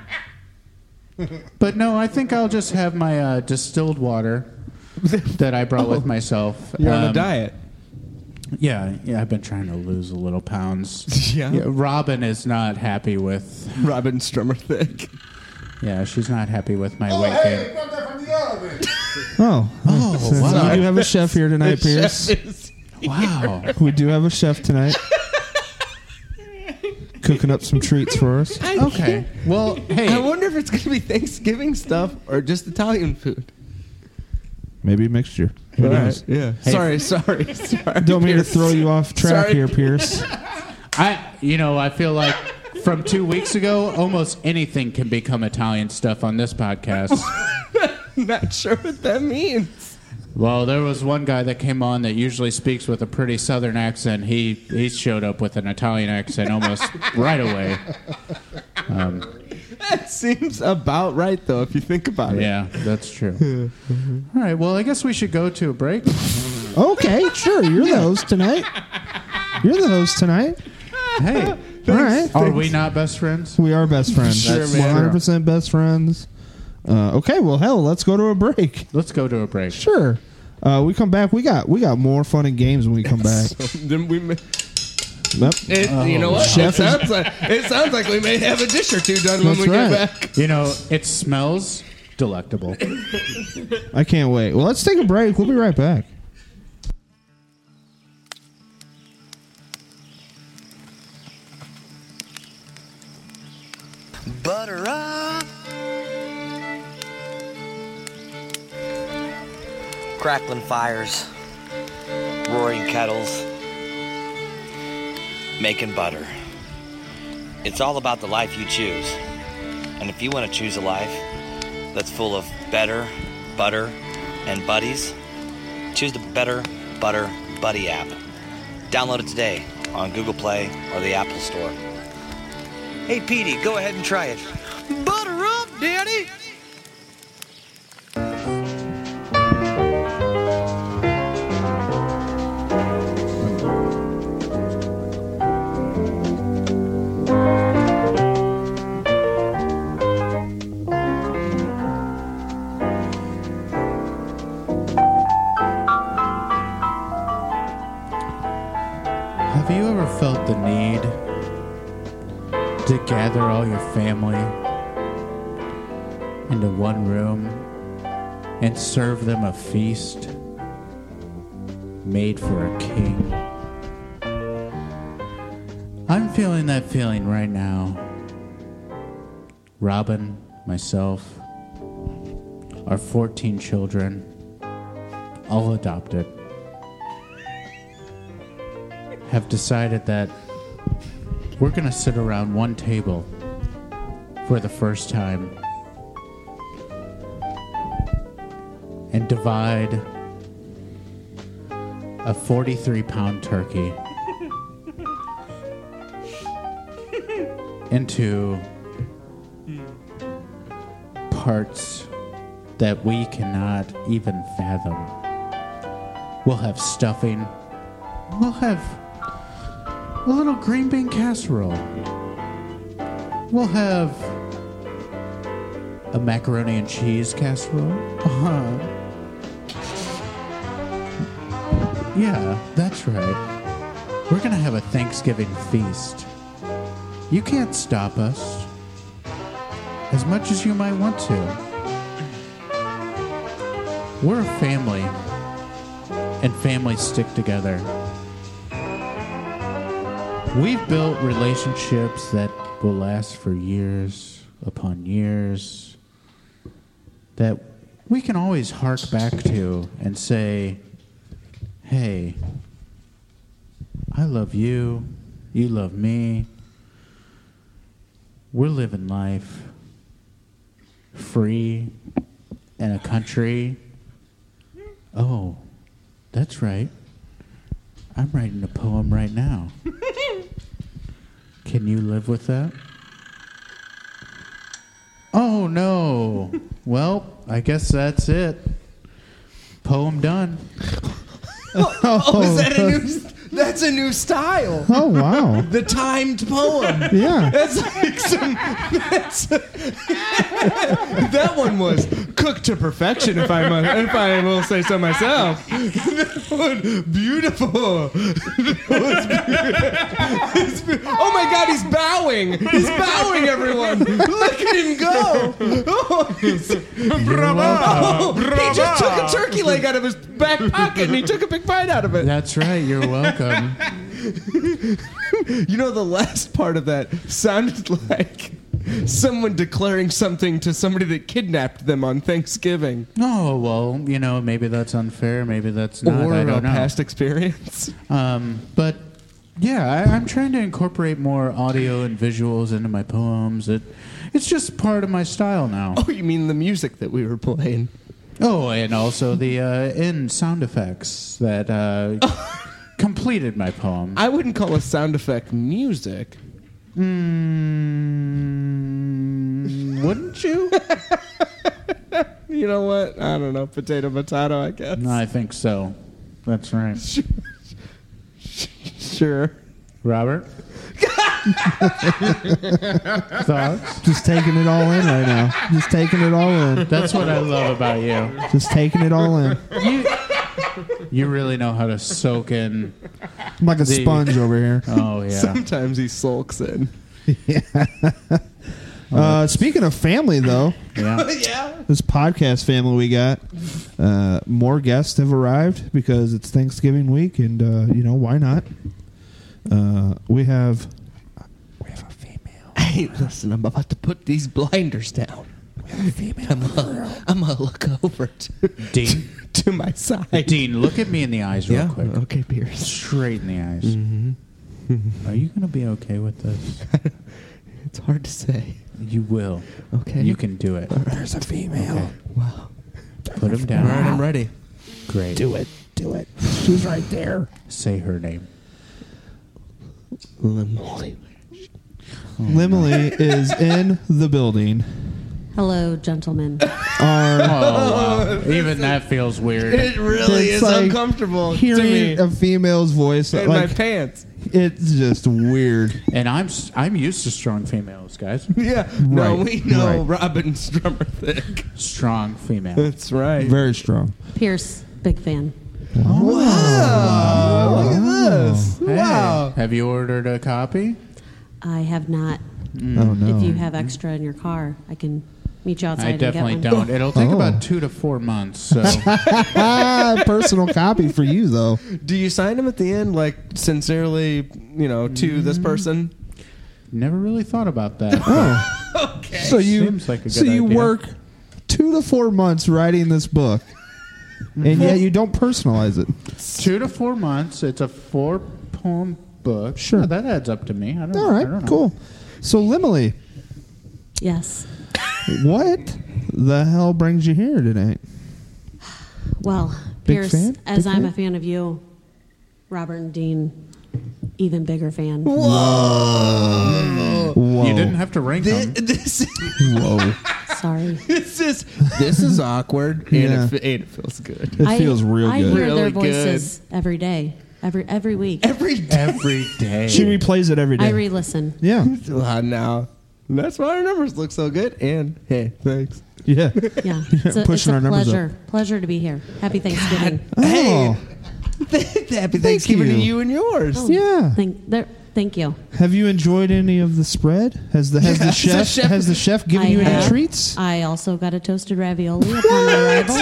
Speaker 4: but no, I think I'll just have my uh, distilled water that I brought with myself.
Speaker 3: Oh, You're on a
Speaker 4: Um,
Speaker 3: diet.
Speaker 4: Yeah, yeah. I've been trying to lose a little pounds.
Speaker 3: Yeah.
Speaker 4: Robin is not happy with.
Speaker 3: Robin Strummer Thick. Oh,
Speaker 4: Yeah, she's not happy with my weight gain.
Speaker 2: Oh,
Speaker 4: Oh,
Speaker 2: So
Speaker 4: wow.
Speaker 2: we do have a chef here tonight, Pierce.
Speaker 4: Wow.
Speaker 2: We do have a chef tonight, cooking up some treats for us.
Speaker 4: Okay. Well,
Speaker 3: I
Speaker 4: hey,
Speaker 3: wonder if it's going to be Thanksgiving stuff or just Italian food.
Speaker 2: Maybe a mixture. Who knows?
Speaker 3: Yeah. Sorry, sorry, sorry.
Speaker 2: Don't mean to
Speaker 3: Pierce.
Speaker 2: throw you off track
Speaker 3: Sorry.
Speaker 2: here, Pierce.
Speaker 4: I you know I feel like from two weeks ago, almost anything can become Italian stuff on this podcast.
Speaker 3: Not sure what that means.
Speaker 4: Well, there was one guy that came on that usually speaks with a pretty southern accent. He he showed up with an Italian accent almost right away.
Speaker 3: That seems about right, though, if you think about it.
Speaker 4: Yeah, that's true. All right. Well, I guess we should go to a break.
Speaker 2: Okay, sure. You're the host tonight. You're the host tonight.
Speaker 4: Hey,
Speaker 2: All right.
Speaker 4: are we not best friends?
Speaker 2: We are best friends.
Speaker 4: Sure,
Speaker 2: That's
Speaker 4: man.
Speaker 2: 100% best friends. Uh, okay, well, hell, let's go to a break.
Speaker 4: Let's go to a break.
Speaker 2: Sure. Uh, we come back. We got we got more fun and games when we come back.
Speaker 3: So then we may,
Speaker 2: Yep.
Speaker 3: it, you know what?
Speaker 2: Oh. Chef
Speaker 3: It
Speaker 2: is-
Speaker 3: sounds, like, it sounds like we may have a dish or two done when
Speaker 2: That's
Speaker 3: we
Speaker 2: right.
Speaker 3: get back.
Speaker 4: You know, it smells delectable.
Speaker 2: I can't wait. Well, let's take a break. We'll be right back.
Speaker 5: butter up. Crackling fires, roaring kettles, making butter. It's all about the life you choose. And if you want to choose a life that's full of better, butter, and buddies, choose the Better Butter Buddy app. Download it today on Google Play or the Apple Store. Hey, Petey, go ahead and try it. Butter up, Daddy!
Speaker 4: Have you ever felt the need to gather all your family into one room and serve them a feast made for a king? I'm feeling that feeling right now. Robin, myself, our 14 children, all adopted. have decided that we're going to sit around one table for the first time and divide a 43 pound turkey into parts that we cannot even fathom. We'll have stuffing. We'll have a little green bean casserole. We'll have a macaroni and cheese casserole. Uh-huh. Yeah, that's right. We're going to have a Thanksgiving feast. You can't stop us as much as you might want to. We're a family, and families stick together. We've built relationships that will last for years upon years that we can always hark back to and say, hey, I love you. You love me. We're living life free in a country. Oh, that's right. I'm writing a poem right now. Can you live with that? Oh no. Well, I guess that's it. Poem done.
Speaker 3: Oh, is that a new? That's a new style.
Speaker 2: Oh wow.
Speaker 3: The timed poem.
Speaker 2: Yeah.
Speaker 3: That's like some. That's, that one was cooked to perfection, if I must, if I will say so myself. That was beautiful. That was beautiful. It's be- oh my God, he's bowing! He's bowing, everyone. Look at him go! Oh, he's- Oh, he just took a turkey leg out of his back pocket and he took a big bite out of it.
Speaker 4: That's right. You're welcome.
Speaker 3: You know, the last part of that sounded like someone declaring something to somebody that kidnapped them on Thanksgiving
Speaker 4: oh well, you know maybe that's unfair. Maybe that's not.
Speaker 3: or
Speaker 4: I
Speaker 3: a
Speaker 4: don't know.
Speaker 3: past experience.
Speaker 4: Um, but yeah, I, I'm trying to incorporate more audio and visuals into my poems. It, it's just part of my style now.
Speaker 3: Oh, you mean the music that we were playing?
Speaker 4: Oh, and also the uh, end sound effects that uh, completed my poem.
Speaker 3: I wouldn't call a sound effect music.
Speaker 4: Mm, wouldn't you?
Speaker 3: You know what? I don't know. Potato, potato. I guess.
Speaker 4: I think so. That's right.
Speaker 3: Sure.
Speaker 4: Robert? Thoughts?
Speaker 2: Just taking it all in right now. Just taking it all in.
Speaker 4: That's what I love about you.
Speaker 2: Just taking it all in.
Speaker 4: You, you really know how to soak in.
Speaker 2: I'm like a
Speaker 4: The-
Speaker 2: sponge over here.
Speaker 4: Oh, yeah.
Speaker 3: Sometimes he sulks in.
Speaker 2: Uh, speaking of family, though,
Speaker 4: yeah.
Speaker 3: yeah.
Speaker 2: this podcast family we got, uh, more guests have arrived because it's Thanksgiving week, and uh, you know why not? Uh, we have
Speaker 3: Hey, listen. I'm about to put these blinders down. I'm gonna, I'm gonna look over to,
Speaker 4: Dean?
Speaker 3: to my side.
Speaker 4: Dean, look at me in the eyes real
Speaker 3: Yeah.
Speaker 4: quick.
Speaker 3: Okay, Mm-hmm. Pierce.
Speaker 4: Straight in the eyes. Are you going to be okay with this?
Speaker 3: It's hard to say.
Speaker 4: You will.
Speaker 3: Okay.
Speaker 4: You can do it.
Speaker 3: There's a female. Wow.
Speaker 4: Put him
Speaker 3: All
Speaker 4: down.
Speaker 3: right, I'm ready.
Speaker 4: Great.
Speaker 3: it. Do it.
Speaker 4: Say her name.
Speaker 3: Limoli. Oh,
Speaker 2: Limley is in the building.
Speaker 6: Hello, gentlemen.
Speaker 2: Our
Speaker 4: Oh, wow. Even that feels weird.
Speaker 3: It really
Speaker 2: It's
Speaker 3: is
Speaker 2: like
Speaker 3: uncomfortable to me.
Speaker 2: hearing a female's voice,
Speaker 3: in my
Speaker 2: like
Speaker 3: pants.
Speaker 2: it's just weird.
Speaker 4: And I'm s- I'm used to strong females, guys.
Speaker 3: Yeah. No,
Speaker 2: Right,
Speaker 3: we know
Speaker 2: right.
Speaker 3: Robin Strummer thick.
Speaker 4: Strong female.
Speaker 3: That's right.
Speaker 2: Very strong.
Speaker 6: Pierce, big fan.
Speaker 3: Look at
Speaker 2: Oh.
Speaker 3: this.
Speaker 4: Hey,
Speaker 3: Wow.
Speaker 4: Have you ordered a copy?
Speaker 6: I have not.
Speaker 2: Oh no!
Speaker 6: If you have extra in your car, I can meet you outside.
Speaker 4: I definitely
Speaker 6: and get one.
Speaker 4: don't. It'll take
Speaker 2: Oh.
Speaker 4: about two to four months. So
Speaker 2: ah, personal copy for you though.
Speaker 3: Do you sign him at the end, like sincerely, you know, to this person?
Speaker 4: never really thought about that.
Speaker 3: Oh.
Speaker 4: but
Speaker 2: So you
Speaker 4: Seems like a
Speaker 2: so
Speaker 4: good
Speaker 2: you
Speaker 4: idea.
Speaker 2: work two to four months writing this book,
Speaker 4: Mm-hmm.
Speaker 2: and yet you don't personalize it.
Speaker 4: two to four months. It's a four poem book.
Speaker 2: Sure.
Speaker 4: Yeah, that adds up to me. I don't,
Speaker 2: All
Speaker 4: I don't
Speaker 2: right,
Speaker 4: know.
Speaker 2: cool. So Limley,
Speaker 6: Yes.
Speaker 2: what the hell brings you here tonight?
Speaker 6: Well,
Speaker 2: Big
Speaker 6: Pierce,
Speaker 2: fan?
Speaker 6: as
Speaker 2: Big
Speaker 6: I'm
Speaker 2: fan?
Speaker 6: a fan of you, Robert and Dean, even bigger fan.
Speaker 2: Whoa,
Speaker 4: You didn't have to rank
Speaker 3: Thi-
Speaker 4: them.
Speaker 3: This,
Speaker 2: whoa!
Speaker 6: Sorry.
Speaker 3: this is this is awkward,
Speaker 2: Yeah.
Speaker 3: and, it, fe- and it feels good.
Speaker 2: It feels real
Speaker 6: I, I
Speaker 2: good.
Speaker 6: hear
Speaker 3: Really
Speaker 6: their
Speaker 3: good.
Speaker 6: voices every day, every every week.
Speaker 3: Every day.
Speaker 4: Every day.
Speaker 2: she replays it every day.
Speaker 6: I re-listen.
Speaker 2: yeah,
Speaker 3: Wow, now that's why our numbers look so good. And hey, thanks.
Speaker 2: yeah.
Speaker 6: Yeah, it's a, it's
Speaker 2: Pushing
Speaker 6: a
Speaker 2: our numbers up.
Speaker 6: pleasure. Pleasure to be here. Happy Thanksgiving.
Speaker 3: Hey,
Speaker 2: Oh,
Speaker 3: happy Thanksgiving
Speaker 2: you.
Speaker 3: to you and yours.
Speaker 6: Oh,
Speaker 2: yeah.
Speaker 6: Thank, there, thank you.
Speaker 2: Have you enjoyed any of the spread? Has the has the
Speaker 3: Yes, the
Speaker 2: chef,
Speaker 3: chef-
Speaker 2: has the chef
Speaker 6: I
Speaker 2: given you
Speaker 6: have- Uh,
Speaker 2: any treats?
Speaker 6: I also got a toasted ravioli upon arrival.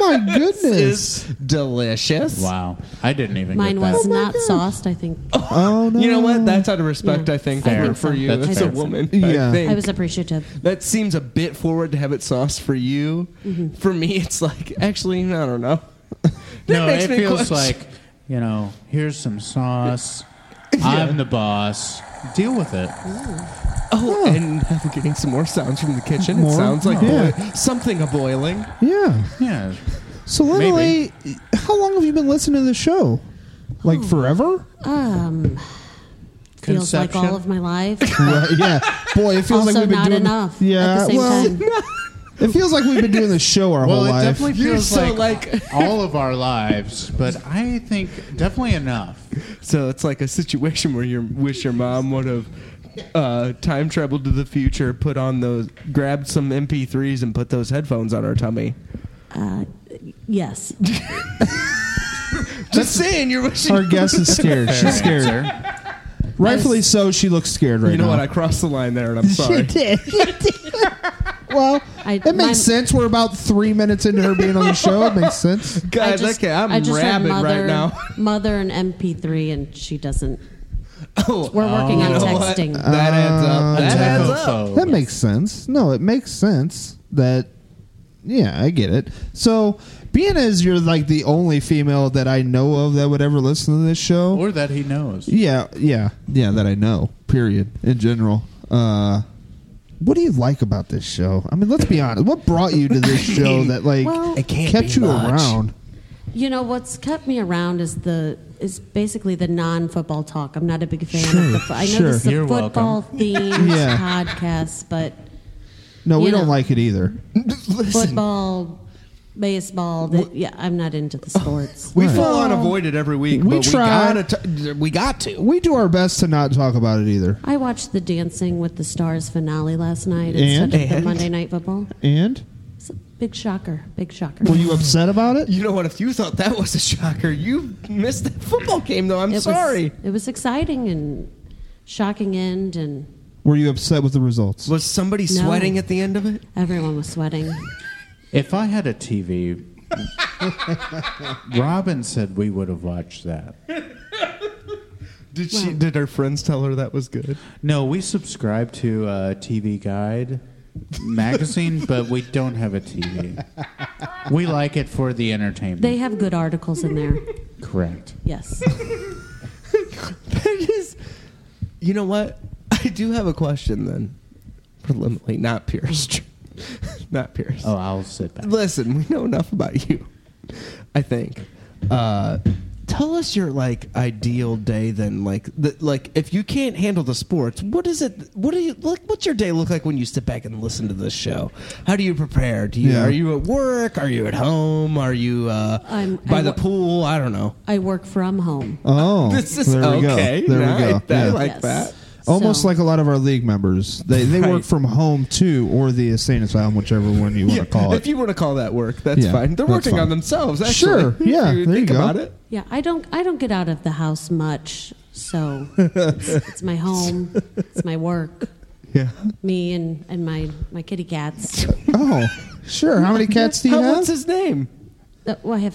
Speaker 2: My goodness!
Speaker 3: It's delicious.
Speaker 4: Wow. I didn't even
Speaker 6: Mine
Speaker 4: get that.
Speaker 6: was not sauced. I think
Speaker 2: Oh no!
Speaker 3: You know what? That's out of respect,
Speaker 6: Yeah.
Speaker 3: I think,
Speaker 6: Fair.
Speaker 3: for, for you.
Speaker 4: That's
Speaker 3: That's, a
Speaker 4: fair.
Speaker 3: woman.
Speaker 2: Yeah.
Speaker 3: I think.
Speaker 6: I was appreciative.
Speaker 3: that seems a bit forward to have it sauced for you. For me, it's like, actually, I don't know. Mm-hmm. That
Speaker 4: No,
Speaker 3: makes
Speaker 4: it
Speaker 3: me
Speaker 4: feels
Speaker 3: question-
Speaker 4: like you know. Here's some sauce. I'm the boss. Deal with it.
Speaker 3: Oh, and I'm getting some more sounds from the kitchen.
Speaker 2: More?
Speaker 3: It sounds like
Speaker 2: Yeah.
Speaker 3: boi- something a boiling.
Speaker 2: yeah.
Speaker 4: Yeah.
Speaker 2: So literally, how long have you been listening to the show? Like forever?
Speaker 6: Um, feels like
Speaker 4: Conception.
Speaker 6: all of my life.
Speaker 2: Right, yeah. Boy, it feels like
Speaker 6: Also
Speaker 2: we've been
Speaker 6: not
Speaker 2: doing
Speaker 6: enough at
Speaker 2: Yeah.
Speaker 6: the same
Speaker 2: well,
Speaker 6: time.
Speaker 2: it feels like we've been doing the show our
Speaker 4: Well,
Speaker 2: whole
Speaker 4: it
Speaker 2: life.
Speaker 4: definitely
Speaker 3: You're
Speaker 4: feels
Speaker 3: so
Speaker 4: like,
Speaker 3: like.
Speaker 4: all of our lives, but I think definitely enough.
Speaker 3: So it's like a situation where you wish your mom would have uh, time traveled to the future, put on those, grabbed some MP3s, and put those headphones on our tummy.
Speaker 6: Yes.
Speaker 3: Just saying, you're wishing.
Speaker 2: Our guest is scared. She's scared. Rightfully so. She looks scared right
Speaker 3: You know
Speaker 2: now.
Speaker 3: what? I crossed the line there, and I'm sorry.
Speaker 2: well,
Speaker 6: I-
Speaker 2: it makes
Speaker 6: my-
Speaker 2: sense. We're about three minutes into her being on the show. It makes sense.
Speaker 3: Guys, okay, I'm
Speaker 6: I just heard
Speaker 3: rabid
Speaker 6: mother,
Speaker 3: right now.
Speaker 6: Mother and MP3, and she doesn't.
Speaker 3: Oh,
Speaker 6: We're working
Speaker 3: you
Speaker 6: on
Speaker 3: know what?
Speaker 6: texting.
Speaker 3: That adds up.
Speaker 2: Oh,
Speaker 3: That adds up.
Speaker 2: That makes sense. No, it makes sense that. Yeah, I get it. So, being as you're like the only female that I know of that would ever listen to this show,
Speaker 4: Or that he knows.
Speaker 2: Yeah, yeah, yeah. That I know. Period. In general, uh, what do you like about this show? I mean, let's be honest. What brought you to this show that like
Speaker 6: Well, It
Speaker 2: can't kept you around?
Speaker 6: You know what's kept me around is the is basically the non-football talk. I'm not a big fan of the. fo- I know
Speaker 2: sure.
Speaker 6: this is
Speaker 4: You're
Speaker 6: a football themed
Speaker 2: Yeah.
Speaker 6: podcast, but
Speaker 2: No, we
Speaker 6: You
Speaker 2: don't
Speaker 6: know.
Speaker 2: like it either.
Speaker 6: football, baseball. That, yeah, I'm not into the sports.
Speaker 3: We
Speaker 2: Right.
Speaker 3: full on avoid it every week.
Speaker 2: We
Speaker 3: but
Speaker 2: try.
Speaker 3: We, gotta t- we got to.
Speaker 2: We do our best to not talk about it either.
Speaker 6: I watched the Dancing with the Stars finale last night
Speaker 2: And?
Speaker 6: instead of the
Speaker 3: And?
Speaker 6: Monday Night Football.
Speaker 2: And
Speaker 6: It's a big shocker. Big shocker.
Speaker 2: were you upset about it?
Speaker 3: You know what? If you thought that was a shocker, you missed that football game, though. I'm
Speaker 6: It was-
Speaker 3: sorry.
Speaker 6: it was exciting and shocking end, and
Speaker 2: Were you upset with the results?
Speaker 3: Was somebody
Speaker 6: No.
Speaker 3: sweating at the end of it?
Speaker 6: everyone was sweating.
Speaker 4: If I had a TV, Robin said we would have watched that.
Speaker 3: Did she? Did her friends tell her that was good?
Speaker 4: No, we subscribe to uh, TV Guide magazine, but we don't have a TV. We like it for the entertainment.
Speaker 6: They have good articles in there.
Speaker 4: Correct.
Speaker 6: Yes.
Speaker 3: That is. You know what? I do have a question then. For Lindley, not Pierce. not Pierce.
Speaker 4: Oh, I'll sit back.
Speaker 3: Listen, we know enough about you. I think. Uh, tell us your like ideal day then. Like, the, like if you can't handle the sports, what is it? What do you like? What's your day look like when you sit back and listen to this show? How do you prepare? Do you
Speaker 2: Yeah.
Speaker 3: are you at work? Are you at home? Are you uh,
Speaker 6: I'm-
Speaker 3: by
Speaker 6: I
Speaker 3: the
Speaker 6: wo-
Speaker 3: pool? I don't know.
Speaker 6: I work from home.
Speaker 2: oh,
Speaker 3: This is
Speaker 2: there we
Speaker 3: okay.
Speaker 2: go. There
Speaker 3: Nice.
Speaker 2: we go.
Speaker 3: I
Speaker 2: Yeah.
Speaker 3: like
Speaker 6: yes.
Speaker 3: that.
Speaker 2: Almost
Speaker 6: So-
Speaker 2: like a lot of our league members, they they work
Speaker 3: Right.
Speaker 2: from home too, or the insane asylum, whichever one you want to call
Speaker 3: if
Speaker 2: it.
Speaker 3: you want to call that work, that's
Speaker 2: Yeah,
Speaker 3: fine. They're
Speaker 2: that's
Speaker 3: working
Speaker 2: fine.
Speaker 3: on themselves. Actually.
Speaker 2: Sure,
Speaker 3: If
Speaker 2: yeah,
Speaker 3: you
Speaker 2: there you
Speaker 3: think
Speaker 2: go.
Speaker 3: about it.
Speaker 6: Yeah, I don't. I don't get out of the house much. So it's, it's my home. It's my work.
Speaker 2: Yeah.
Speaker 6: Me and, and my my kitty cats.
Speaker 2: Oh, sure. How many cats do you
Speaker 3: How-
Speaker 2: have?
Speaker 3: what's his name?
Speaker 6: Uh, well, I have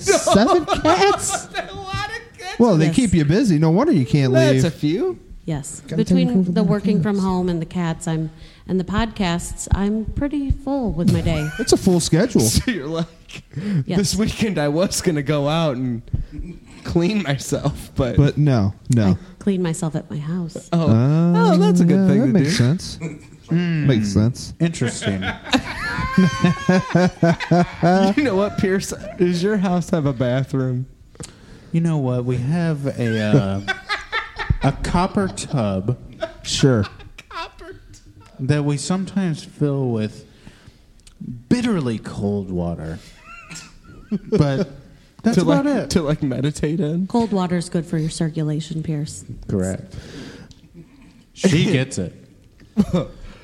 Speaker 2: Seven cats?
Speaker 3: A lot of kids.
Speaker 2: Well, they
Speaker 6: Yes.
Speaker 2: keep you busy. No wonder you can't leave.
Speaker 3: That's a few.
Speaker 6: Yes.
Speaker 2: tell me
Speaker 6: Between the
Speaker 2: about
Speaker 6: working from home and the cats, I'm and the podcasts, I'm pretty full with my day.
Speaker 2: it's a full schedule.
Speaker 3: So you're like,
Speaker 6: Yes.
Speaker 3: this weekend I was gonna go out and clean myself, but,
Speaker 2: But no,
Speaker 6: I
Speaker 2: no.
Speaker 6: clean myself at my house.
Speaker 3: oh,
Speaker 2: Uh,
Speaker 3: oh, that's a
Speaker 2: yeah,
Speaker 3: good thing
Speaker 2: That
Speaker 3: to
Speaker 2: makes
Speaker 3: do.
Speaker 2: sense. Makes sense.
Speaker 4: Interesting.
Speaker 3: You know what, Pierce? Does your house have a bathroom?
Speaker 4: You know what? We have a uh, a copper tub
Speaker 2: Sure.
Speaker 4: that we sometimes fill with bitterly cold water, but that's
Speaker 3: to like
Speaker 4: about it.
Speaker 3: to like meditate in.
Speaker 6: Cold water is good for your circulation, Pierce.
Speaker 4: Correct. She gets it.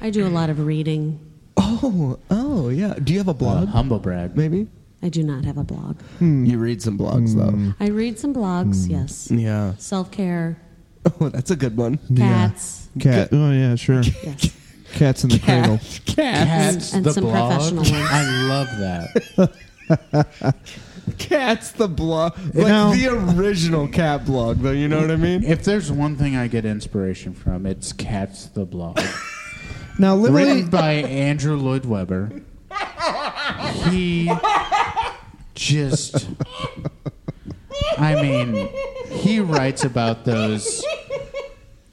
Speaker 6: I do a lot of reading.
Speaker 3: Oh, oh yeah. Do you
Speaker 2: Uh-huh.
Speaker 3: have a
Speaker 4: Uh,
Speaker 3: blog?
Speaker 4: humble brag.
Speaker 3: Maybe
Speaker 6: I do not have a blog.
Speaker 2: Mm.
Speaker 3: you read some blogs
Speaker 6: I read some blogs, yes.
Speaker 3: though. Yeah.
Speaker 6: Self care,
Speaker 3: Oh, that's a good one.
Speaker 6: cats,
Speaker 2: Cat. Oh yeah, sure.
Speaker 6: yes.
Speaker 2: Cats in the cradle.
Speaker 3: Cat,
Speaker 4: Cats
Speaker 6: and
Speaker 4: the
Speaker 6: some
Speaker 4: blog.
Speaker 6: professional ones.
Speaker 4: I love that.
Speaker 3: cat's the blog, like
Speaker 2: know-
Speaker 3: the original cat blog, though. You know what I mean?
Speaker 4: If there's one thing I get inspiration from, it's Cats the Blog.
Speaker 2: Now, literally,
Speaker 4: Written by Andrew Lloyd Webber. He just. I mean, he writes about those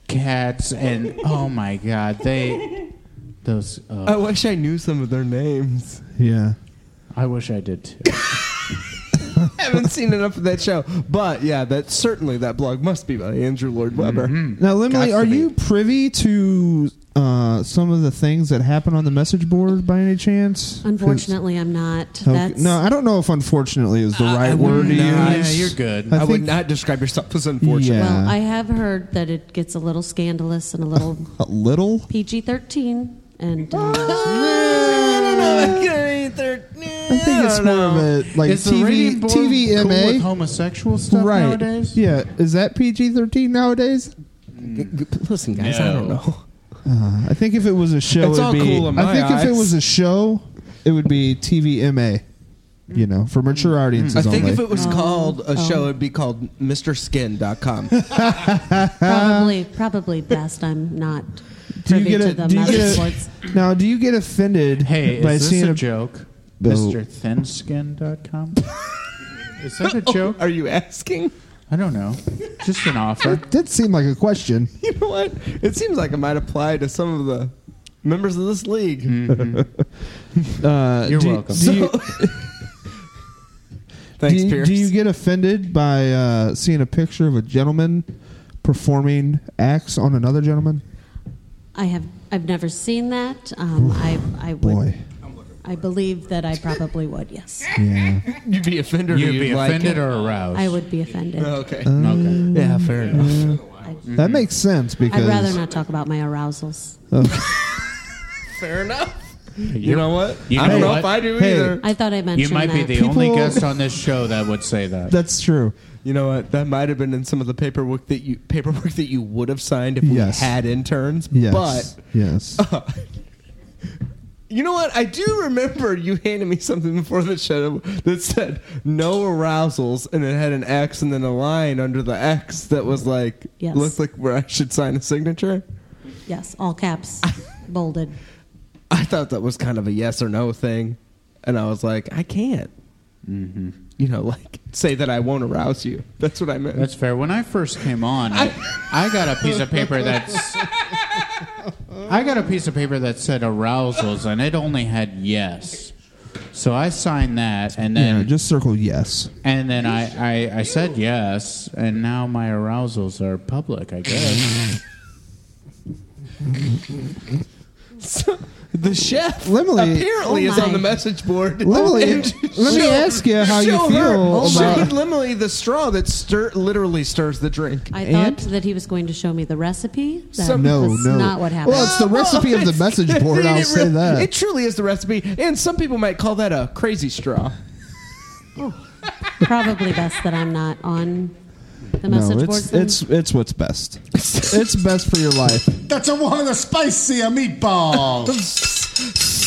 Speaker 4: cats, and oh my god, they. Those.
Speaker 3: I
Speaker 4: Uh,
Speaker 3: wish I knew some of their names.
Speaker 2: yeah.
Speaker 4: I wish I did too.
Speaker 3: haven't seen enough of that show. But yeah, that certainly that blog must be by Andrew Lloyd Webber.
Speaker 2: Now, Limley,
Speaker 3: Gots
Speaker 2: are
Speaker 3: to be.
Speaker 2: you privy to uh, some of the things that happen on the message board by any chance? 'Cause-
Speaker 6: Unfortunately, I'm not.
Speaker 2: Okay.
Speaker 6: That's
Speaker 2: No, I don't know if unfortunately is the right word to
Speaker 4: no, yeah,
Speaker 2: use.
Speaker 4: you're good.
Speaker 2: I
Speaker 3: I, would
Speaker 2: think-
Speaker 3: not describe yourself as unfortunate.
Speaker 2: Yeah.
Speaker 6: Well, I have heard that it gets a little scandalous and a little
Speaker 2: A little?
Speaker 6: PG-13, and uh,
Speaker 2: I think it's more of a like
Speaker 4: Is the
Speaker 2: TV,
Speaker 4: rating board cool with
Speaker 2: TVMA.
Speaker 4: homosexual stuff
Speaker 2: right.
Speaker 4: nowadays?
Speaker 2: Yeah. Is that PG 13 nowadays?
Speaker 3: Listen, guys, I don't
Speaker 4: No.
Speaker 3: know.
Speaker 2: I think if it was a show,
Speaker 3: It's
Speaker 2: it'd
Speaker 3: all
Speaker 2: be.
Speaker 3: cool in
Speaker 2: I
Speaker 3: my
Speaker 2: think if it
Speaker 3: eyes.
Speaker 2: was a show, it would be TVMA. You know, for mature
Speaker 3: I
Speaker 2: audiences
Speaker 3: think
Speaker 2: only.
Speaker 3: if it was called a show, it'd be called MrSkin.com.
Speaker 6: probably probably best I'm not.
Speaker 2: Uh, do you
Speaker 6: privy
Speaker 2: get
Speaker 6: to
Speaker 2: a,
Speaker 6: the
Speaker 2: do you
Speaker 6: message
Speaker 2: get a-
Speaker 6: boards.
Speaker 2: now? Do you get offended
Speaker 4: Hey,
Speaker 2: by
Speaker 4: is
Speaker 2: seeing
Speaker 4: this a,
Speaker 2: a
Speaker 4: joke?
Speaker 2: Bill.
Speaker 4: Mr. Thinskin.com? is that a joke?
Speaker 3: Are you asking?
Speaker 4: I don't know. Just an offer.
Speaker 2: Did seem like a question.
Speaker 3: You know what? It seems like it might apply to some of the members of this league.
Speaker 2: Hmm. Uh,
Speaker 4: You're
Speaker 2: do,
Speaker 4: welcome.
Speaker 2: Do, you, do
Speaker 3: Thanks,
Speaker 2: you-
Speaker 3: Pierce.
Speaker 2: do you get offended by uh, seeing a picture of a gentleman performing acts on another gentleman?
Speaker 6: I have I've never seen that. Um, I I would.
Speaker 2: Boy,
Speaker 6: I believe that I probably would. Yes,
Speaker 2: yeah.
Speaker 3: You'd be offended. or
Speaker 4: You'd be
Speaker 3: like
Speaker 4: offended
Speaker 3: it?
Speaker 4: or aroused.
Speaker 6: I would be offended.
Speaker 3: Okay.
Speaker 2: Um,
Speaker 4: Okay.
Speaker 3: yeah, fair enough.
Speaker 2: That makes sense because
Speaker 6: I'd rather not talk about my arousals.
Speaker 3: fair enough. You
Speaker 4: You're-
Speaker 3: know what?
Speaker 4: You
Speaker 3: I don't
Speaker 4: know
Speaker 3: know
Speaker 4: what?
Speaker 3: if I do
Speaker 2: Hey.
Speaker 3: either.
Speaker 6: I thought I
Speaker 4: You
Speaker 6: mentioned
Speaker 4: might be
Speaker 6: that.
Speaker 4: the only
Speaker 2: People-
Speaker 4: guest on this show that would say that.
Speaker 2: That's true.
Speaker 3: You know what? That might have been in some of the paperwork that you paperwork that you would have signed if
Speaker 2: Yes.
Speaker 3: we had interns.
Speaker 2: Yes.
Speaker 3: But uh,
Speaker 2: yes.
Speaker 3: you know what? I do remember you handed me something before the show that said no arousals, and it had an X and then a line under the X that was like
Speaker 6: Yes.
Speaker 3: looks like where I should sign a signature.
Speaker 6: yes, all caps, bolded.
Speaker 3: I thought that was kind of a yes or no thing, and I was like, I can't.
Speaker 2: Mm-hmm.
Speaker 3: You know, like say that I won't arouse you. That's what I meant.
Speaker 4: That's fair. When I first came on, I, I got a piece of paper that's. I got a piece of paper that said arousals, and it only had yes. So I signed that, and then
Speaker 2: yeah, just circle yes.
Speaker 4: and then I, I, I said yes, and now my arousals are public. I guess.
Speaker 3: the chef
Speaker 2: Lemily-
Speaker 3: apparently
Speaker 6: Oh
Speaker 3: is on
Speaker 6: my.
Speaker 3: the message board.
Speaker 2: Lemily,
Speaker 3: And
Speaker 2: let me
Speaker 3: show-
Speaker 2: ask you how you
Speaker 3: show
Speaker 2: feel
Speaker 3: Her,
Speaker 2: about-
Speaker 3: Showed Lemily the straw that stir, literally stirs the drink.
Speaker 6: I
Speaker 2: And?
Speaker 6: thought that he was going to show me the recipe. That
Speaker 3: Some-
Speaker 2: No,
Speaker 6: was
Speaker 2: no.
Speaker 6: not what happened.
Speaker 2: Well, it's the recipe of the message board. I'll say
Speaker 3: really-
Speaker 2: that.
Speaker 3: It truly is the recipe, and some people might call that a crazy straw.
Speaker 6: probably best that I'm not on the message
Speaker 2: no,
Speaker 6: board.
Speaker 2: it's
Speaker 6: then.
Speaker 2: it's it's what's best. it's best for your life.
Speaker 7: That's a one of the spicy meatballs.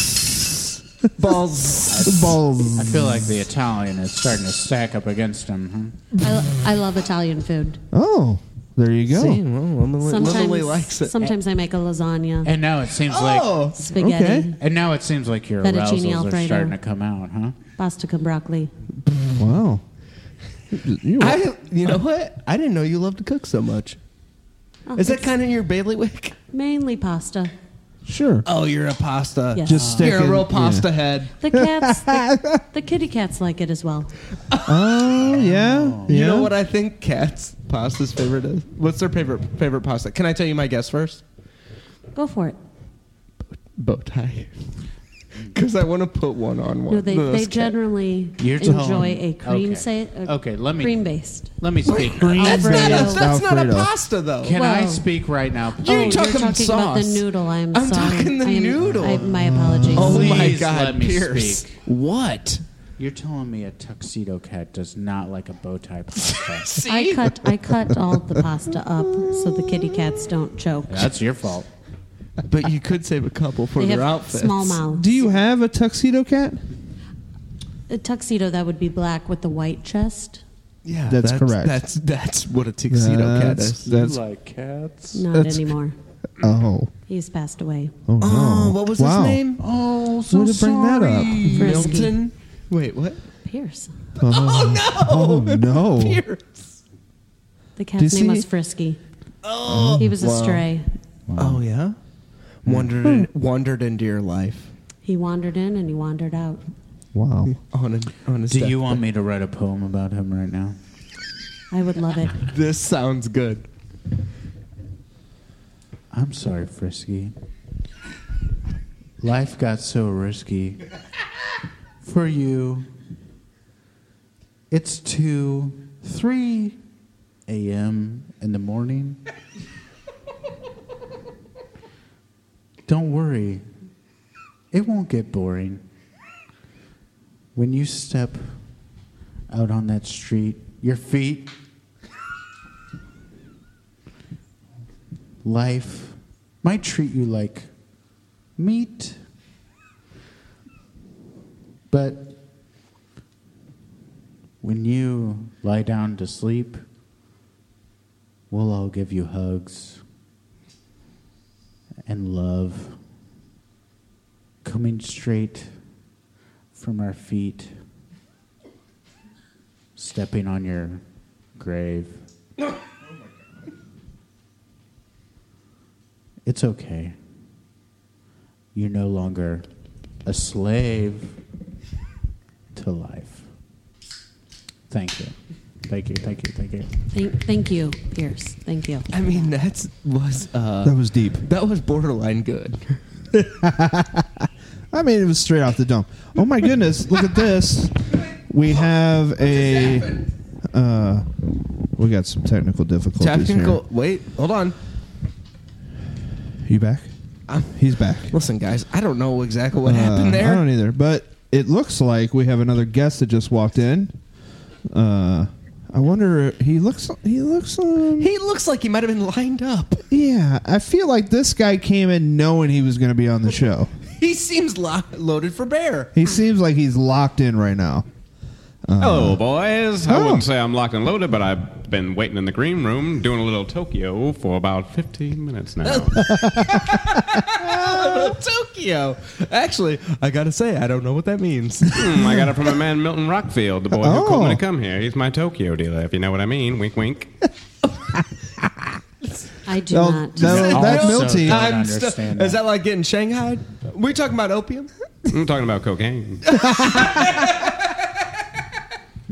Speaker 3: Balls.
Speaker 4: I
Speaker 2: Balls.
Speaker 4: feel like the Italian is starting to stack up against him.
Speaker 6: I, lo- I love Italian food.
Speaker 2: Oh, there you go.
Speaker 3: See, well, Lemily,
Speaker 6: Sometimes,
Speaker 3: Lemily likes it.
Speaker 6: sometimes I make a lasagna,
Speaker 4: And now it seems like.
Speaker 3: Oh,
Speaker 6: spaghetti,
Speaker 2: okay.
Speaker 4: And now it seems like your
Speaker 6: Fettuccine
Speaker 4: arousals are
Speaker 6: Alfredo.
Speaker 4: starting to come out, huh?
Speaker 6: pasta and broccoli.
Speaker 2: Wow. You are-
Speaker 3: I, you know what? I didn't know you loved to cook so much.
Speaker 6: Oh,
Speaker 3: Is that
Speaker 6: it's
Speaker 3: kind of your bailiwick?
Speaker 6: mainly pasta?
Speaker 2: sure.
Speaker 3: Oh, you're a pasta.
Speaker 6: Yes.
Speaker 2: Just stick
Speaker 3: You're a
Speaker 2: in-
Speaker 3: real pasta head.
Speaker 6: The cats, the, the kitty cats like it as well.
Speaker 2: Oh yeah.
Speaker 3: You know what I think cats pasta's favorite is? What's their favorite favorite pasta? Can I tell you my guess first?
Speaker 6: Go for it.
Speaker 3: Bow tie. Because I want to put one on one.
Speaker 6: No, they,
Speaker 3: of those
Speaker 6: they
Speaker 3: cat-
Speaker 6: generally
Speaker 4: You're
Speaker 6: enjoy
Speaker 4: telling-
Speaker 6: a cream
Speaker 4: okay.
Speaker 6: sa- a
Speaker 4: Okay, let me-
Speaker 6: cream based.
Speaker 4: Let me speak.
Speaker 3: That's, not a,
Speaker 2: Alfredo.
Speaker 3: that's not a
Speaker 2: Alfredo.
Speaker 3: pasta though.
Speaker 4: Can I
Speaker 6: Whoa.
Speaker 4: speak right now?
Speaker 3: You
Speaker 6: oh,
Speaker 4: please?
Speaker 3: talking
Speaker 6: you're talking about the
Speaker 3: sauce.
Speaker 6: noodle. I'm,
Speaker 3: I'm
Speaker 6: sorry.
Speaker 3: talking the
Speaker 6: I am-
Speaker 3: noodle.
Speaker 6: I, my apologies.
Speaker 3: oh my
Speaker 4: Please
Speaker 3: God,
Speaker 4: let me
Speaker 3: Pierce.
Speaker 4: speak.
Speaker 3: What?
Speaker 4: You're telling me a tuxedo cat does not like a bow tie pasta?
Speaker 3: See,
Speaker 6: I cut I cut all the pasta up so the kitty cats don't choke.
Speaker 4: That's your fault.
Speaker 3: but you could save a couple for
Speaker 6: They
Speaker 3: their
Speaker 6: have
Speaker 3: outfits.
Speaker 6: small mouths.
Speaker 2: Do you have a tuxedo cat?
Speaker 6: A tuxedo that would be black with the white chest.
Speaker 3: Yeah,
Speaker 2: That's correct.
Speaker 3: That's that's what a tuxedo cat
Speaker 2: that's,
Speaker 3: is.
Speaker 2: that's
Speaker 4: like cats?
Speaker 6: Not
Speaker 2: That's-
Speaker 6: anymore.
Speaker 2: oh
Speaker 6: He's passed away.
Speaker 2: oh no.
Speaker 3: Oh, what was
Speaker 2: Wow.
Speaker 3: his name?
Speaker 4: Oh, so
Speaker 2: Way to bring that up.
Speaker 4: sorry.
Speaker 6: Frisky.
Speaker 3: Milton. Wait, what?
Speaker 6: Pierce.
Speaker 2: Oh no.
Speaker 3: Pierce.
Speaker 6: The cat's
Speaker 2: Did
Speaker 6: name
Speaker 2: he-
Speaker 6: was Frisky. Oh, he was a stray.
Speaker 3: Oh yeah.
Speaker 2: Hmm.
Speaker 4: Hmm.
Speaker 3: Wandered in, wandered into your life.
Speaker 6: He wandered in and he wandered out.
Speaker 2: Wow.
Speaker 3: on a, on a
Speaker 4: Do
Speaker 3: step.
Speaker 4: you want me to write a poem about him right now?
Speaker 6: I would love it.
Speaker 3: This sounds good.
Speaker 4: I'm sorry, Frisky. Life got so risky. For you, it's 2, 3 a.m. in the morning. Don't worry, it won't get boring. When you step out on that street, your feet, life might treat you like meat, but when you lie down to sleep, we'll all give you hugs and love coming straight from our feet, stepping on your grave. It's okay. You're no longer a slave to life. Thank you. Thank you. Thank you. Thank you.
Speaker 6: Thank, thank you, Pierce. Thank you.
Speaker 3: I mean, that was uh,
Speaker 2: That was deep.
Speaker 3: that was borderline good.
Speaker 2: I mean, it was straight off the dump. Oh my goodness! Look at this. We have a. Uh, we got some technical difficulties
Speaker 3: Technical. Wait, hold on.
Speaker 2: here. You back?
Speaker 3: I'm-
Speaker 2: He's back.
Speaker 3: Listen, guys, I don't know exactly what
Speaker 2: Uh,
Speaker 3: happened
Speaker 2: I
Speaker 3: there.
Speaker 2: don't either. But it looks like we have another guest that just walked in. Uh, I wonder. He looks. He looks. Um,
Speaker 3: He looks like he might have been lined up.
Speaker 2: yeah, I feel like this guy came in knowing he was going to be on the show.
Speaker 3: He seems lo- loaded for bear.
Speaker 2: He seems like he's locked in right now.
Speaker 8: Hello, boys. I
Speaker 2: Oh.
Speaker 8: wouldn't say I'm locked and loaded, but I've been waiting in the green room doing a little Tokyo for about 15 minutes now.
Speaker 4: Oh.
Speaker 3: Tokyo. Actually, I gotta say, I don't know what that means.
Speaker 8: Hmm, I got it from a man, Milton Rockfield, the boy who
Speaker 2: Oh.
Speaker 8: told me to come here. He's my Tokyo dealer, if you know what I mean. Wink, wink.
Speaker 6: I do
Speaker 2: Well,
Speaker 6: not.
Speaker 2: that-
Speaker 6: know.
Speaker 2: that
Speaker 4: Also
Speaker 2: Milty-
Speaker 4: don't
Speaker 3: I'm stu-
Speaker 4: understand
Speaker 3: is that like getting Shanghai? We talking about opium?
Speaker 8: I'm talking about cocaine.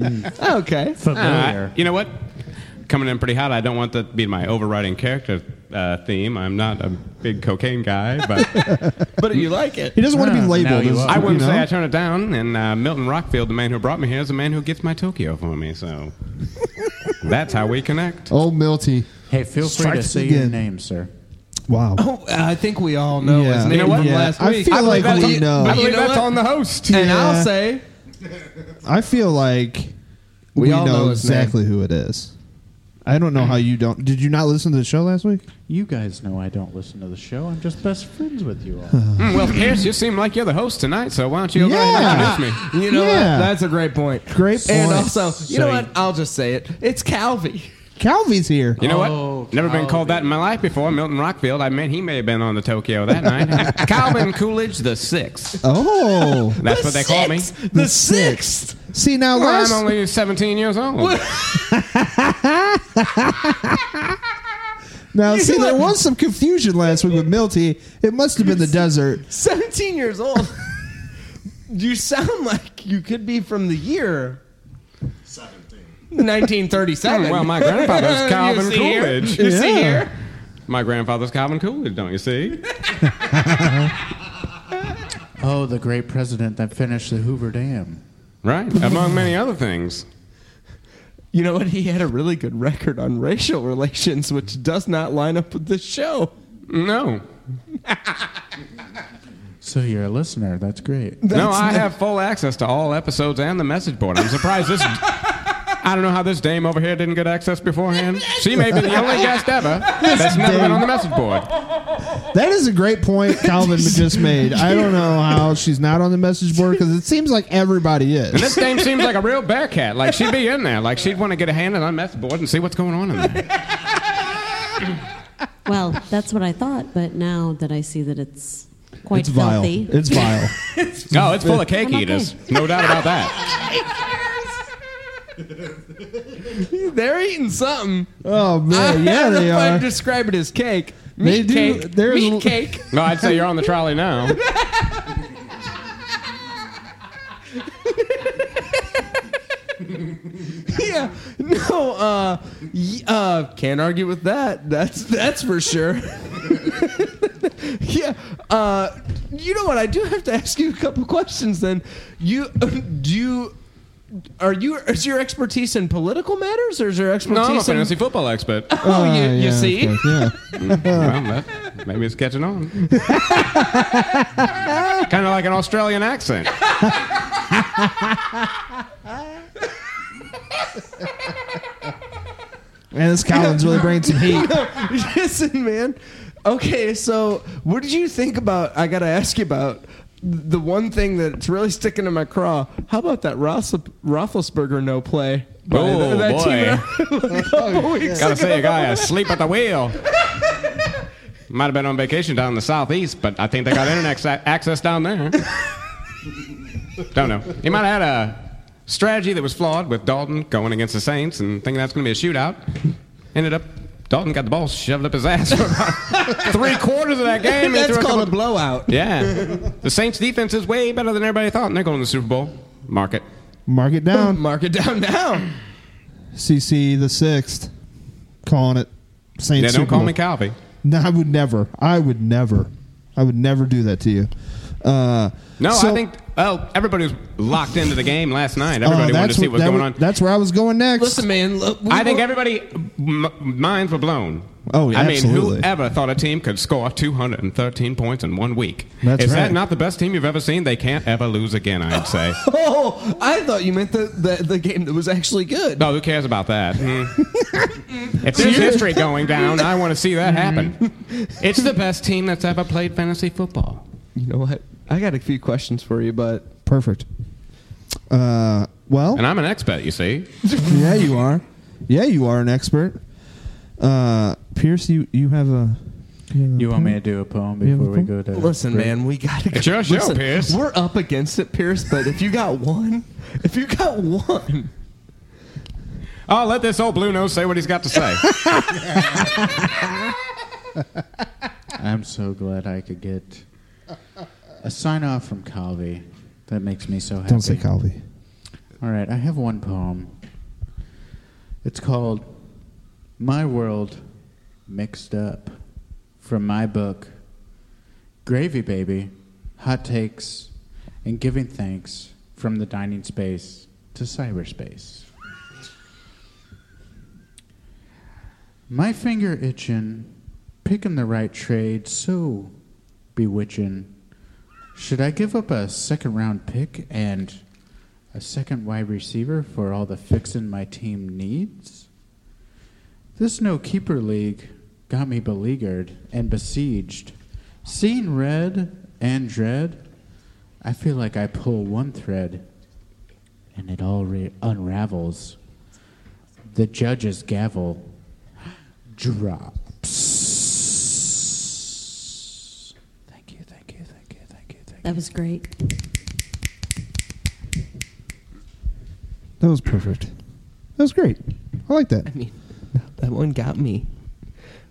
Speaker 3: Okay.
Speaker 8: Uh,
Speaker 4: familiar?
Speaker 8: you know what? Coming in pretty hot. I don't want that to be my overriding character uh, theme. I'm not a big cocaine guy, but
Speaker 3: But you like it.
Speaker 2: He doesn't want to be
Speaker 4: Ah, now
Speaker 2: labeled.
Speaker 4: you
Speaker 2: as-
Speaker 4: are.
Speaker 8: I wouldn't
Speaker 2: you know?
Speaker 8: say I turn it down. And uh, Milton Rockfield, the man who brought me here, is the man who gets my Tokyo for me. So that's how we connect.
Speaker 2: Oh, Milty.
Speaker 4: hey, feel free to
Speaker 2: Strikes
Speaker 4: say your
Speaker 2: again.
Speaker 4: name, sir.
Speaker 2: Wow.
Speaker 3: Oh, I think we all know
Speaker 2: Yeah.
Speaker 3: his name
Speaker 2: You know what?
Speaker 3: from
Speaker 2: Yeah.
Speaker 3: last
Speaker 2: I
Speaker 3: week.
Speaker 2: feel
Speaker 3: believe
Speaker 2: like
Speaker 3: that's
Speaker 2: we
Speaker 3: on-
Speaker 2: know.
Speaker 3: but
Speaker 8: I believe
Speaker 3: you know
Speaker 8: that's
Speaker 3: what?
Speaker 8: on the host.
Speaker 3: And I'll
Speaker 2: Yeah.
Speaker 3: say
Speaker 2: I feel like
Speaker 3: We
Speaker 2: we,
Speaker 3: all
Speaker 2: know,
Speaker 3: know his
Speaker 2: exactly who it is. I don't know how you don't. Did you not listen to the show last week?
Speaker 4: You guys know I don't listen to the show. I'm just best friends with you all.
Speaker 8: Mm, well, Pierce, you seem like you're the host tonight, so why don't you go
Speaker 2: Yeah.
Speaker 8: ahead and introduce me?
Speaker 3: you know
Speaker 2: Yeah.
Speaker 3: what? That's a great point.
Speaker 2: Great
Speaker 3: And
Speaker 2: point.
Speaker 3: also, you
Speaker 4: So
Speaker 3: know
Speaker 4: you-
Speaker 3: what? I'll just say it. It's Calvi.
Speaker 2: Calvi's here.
Speaker 8: You know
Speaker 4: Oh,
Speaker 8: what? Never been called that in my life before. Milton Rockfield. I meant he may have been on the Tokyo that night. Calvin Coolidge the sixth.
Speaker 2: Oh,
Speaker 8: That's what they call me.
Speaker 3: Sixth. The sixth.
Speaker 2: see now,
Speaker 8: Well,
Speaker 2: last
Speaker 8: I'm only 17 years old.
Speaker 2: now see there was some confusion last week with Milty. It must have been the desert.
Speaker 3: 17 years old. you sound like you could be from the year
Speaker 7: 17.
Speaker 3: 1937.
Speaker 8: Well, my grandfather's
Speaker 3: You
Speaker 8: Calvin
Speaker 3: see here?
Speaker 8: Coolidge.
Speaker 3: You see
Speaker 2: Yeah.
Speaker 3: here?
Speaker 8: My grandfather's Calvin Coolidge, don't you see?
Speaker 4: oh, the great president that finished the Hoover Dam.
Speaker 8: Right, among many other things.
Speaker 3: You know what? He had a really good record on racial relations, which does not line up with this show.
Speaker 8: No.
Speaker 4: So you're a listener. That's great.
Speaker 8: no, I have full access to all episodes and the message board. I'm surprised this. I don't know how this dame over here didn't get access beforehand. She may be the only guest ever that's never been on the message board.
Speaker 2: That is a great point Calvin just made. I don't know how she's not on the message board because it seems like everybody
Speaker 8: And
Speaker 2: is.
Speaker 8: this dame seems like a real bear cat. Like she'd be in there. Like she'd want to get a hand on that message board and see what's going on in there.
Speaker 6: well, that's what I thought, but now that I see that it's quite
Speaker 2: It's vile.
Speaker 6: filthy.
Speaker 2: It's vile.
Speaker 8: No, Oh, it's full of cake
Speaker 6: I'm okay.
Speaker 8: eaters. No doubt about that.
Speaker 3: They're eating something.
Speaker 2: Oh man, yeah
Speaker 3: I don't
Speaker 2: they
Speaker 3: know if I'd
Speaker 2: are.
Speaker 3: describe it as cake.
Speaker 2: They
Speaker 3: Meat
Speaker 2: do-
Speaker 3: cake.
Speaker 2: there's
Speaker 3: Meat
Speaker 2: l-
Speaker 3: cake.
Speaker 8: No, I'd say you're on the trolley now.
Speaker 3: yeah. No. Uh, y- uh. Can't argue with that. That's that's for sure. yeah. Uh. You know what? I do have to ask you a couple questions. Then, you do you. Are you is your expertise in political matters or is your expertise
Speaker 8: No, I'm a
Speaker 3: in
Speaker 8: fantasy football expert.
Speaker 3: Oh, you,
Speaker 2: Ah,
Speaker 3: you
Speaker 2: yeah, of
Speaker 3: see?
Speaker 2: course, Yeah.
Speaker 8: Well, that- maybe it's catching on. kind of like an Australian accent.
Speaker 2: Man, this Colin's really bringing some heat.
Speaker 3: Listen, man. Okay, so what did you think about? I gotta ask you about the one thing that's really sticking in my craw. How about that Ross, Roethlisberger no play? by
Speaker 8: Oh,
Speaker 3: team a couple weeks
Speaker 8: Gotta
Speaker 3: ago.
Speaker 8: say, a guy asleep at the wheel. Might have been on vacation down in the southeast, but I think they got internet ac- access down there. Don't know. He might have had a strategy that was flawed with Dalton going against the Saints and thinking that's going to be a shootout. Ended up, Dalton got the ball shoved up his ass for about three quarters of that game. He threw
Speaker 3: That's
Speaker 8: a
Speaker 3: called
Speaker 8: couple-
Speaker 3: a blowout.
Speaker 8: Yeah. The Saints defense is way better than everybody thought, and they're going to the Super Bowl. Mark it.
Speaker 2: Mark it down.
Speaker 3: Mark it down now.
Speaker 2: CC the sixth. Calling it. Saints
Speaker 8: Yeah, don't
Speaker 2: Super
Speaker 8: call
Speaker 2: Bowl.
Speaker 8: me Calvi.
Speaker 2: No, I would never. I would never. I would never do that to you. Uh,
Speaker 8: No,
Speaker 2: so-
Speaker 8: I think well, everybody was locked into the game last night.
Speaker 2: uh,
Speaker 8: Everybody wanted to
Speaker 2: that's
Speaker 8: see
Speaker 2: what-
Speaker 8: what's
Speaker 2: that
Speaker 8: going
Speaker 2: was-
Speaker 8: on.
Speaker 2: That's where I was going next.
Speaker 3: Listen, man. Look, we
Speaker 8: I think
Speaker 3: were-
Speaker 8: everybody m- minds were blown.
Speaker 2: Oh, yeah,
Speaker 8: I mean,
Speaker 2: absolutely.
Speaker 8: whoever thought a team could score 213 points in one week?
Speaker 2: That's
Speaker 8: Is
Speaker 2: right.
Speaker 8: that not the best team you've ever seen? They can't ever lose again, I'd say.
Speaker 3: Oh, I thought you meant the, the, the game that was actually good.
Speaker 8: no, who cares about that? Mm. if there's history going down, I want to see that
Speaker 2: Mm-hmm.
Speaker 8: happen. it's the best team that's ever played fantasy football.
Speaker 3: You know what? I got a few questions for you, but
Speaker 2: Perfect. Uh, well,
Speaker 8: And I'm an expert, you see.
Speaker 2: yeah, you are. Yeah, you are an expert. Uh, Pierce, you you have a.
Speaker 4: You want me to do a poem
Speaker 2: have a
Speaker 4: before we
Speaker 2: poem?
Speaker 4: go to?
Speaker 3: Listen, man, we gotta.
Speaker 8: It's your show,
Speaker 3: Listen,
Speaker 8: Pierce.
Speaker 3: We're up against it, Pierce. But if you got one, if you got one,
Speaker 8: Oh, let this old blue nose say what he's got to say.
Speaker 4: I'm so glad I could get a sign off from Calvi. That makes me so happy.
Speaker 2: Don't say Calvi.
Speaker 4: All right, I have one poem. It's called My World Mixed Up from my book, Gravy Baby Hot Takes and Giving Thanks from the Dining Space to Cyberspace. my finger itching, picking the right trade, so bewitching. Should I give up a second round pick and a second wide receiver for all the fixin' my team needs? This no keeper league got me beleaguered and besieged. Seeing red and dread, I feel like I pull one thread and it all re- unravels. The judge's gavel drops. Thank you, thank you, thank you, thank you, thank you.
Speaker 6: That was great.
Speaker 2: That was perfect. That was great. I like that.
Speaker 3: I mean, that one got me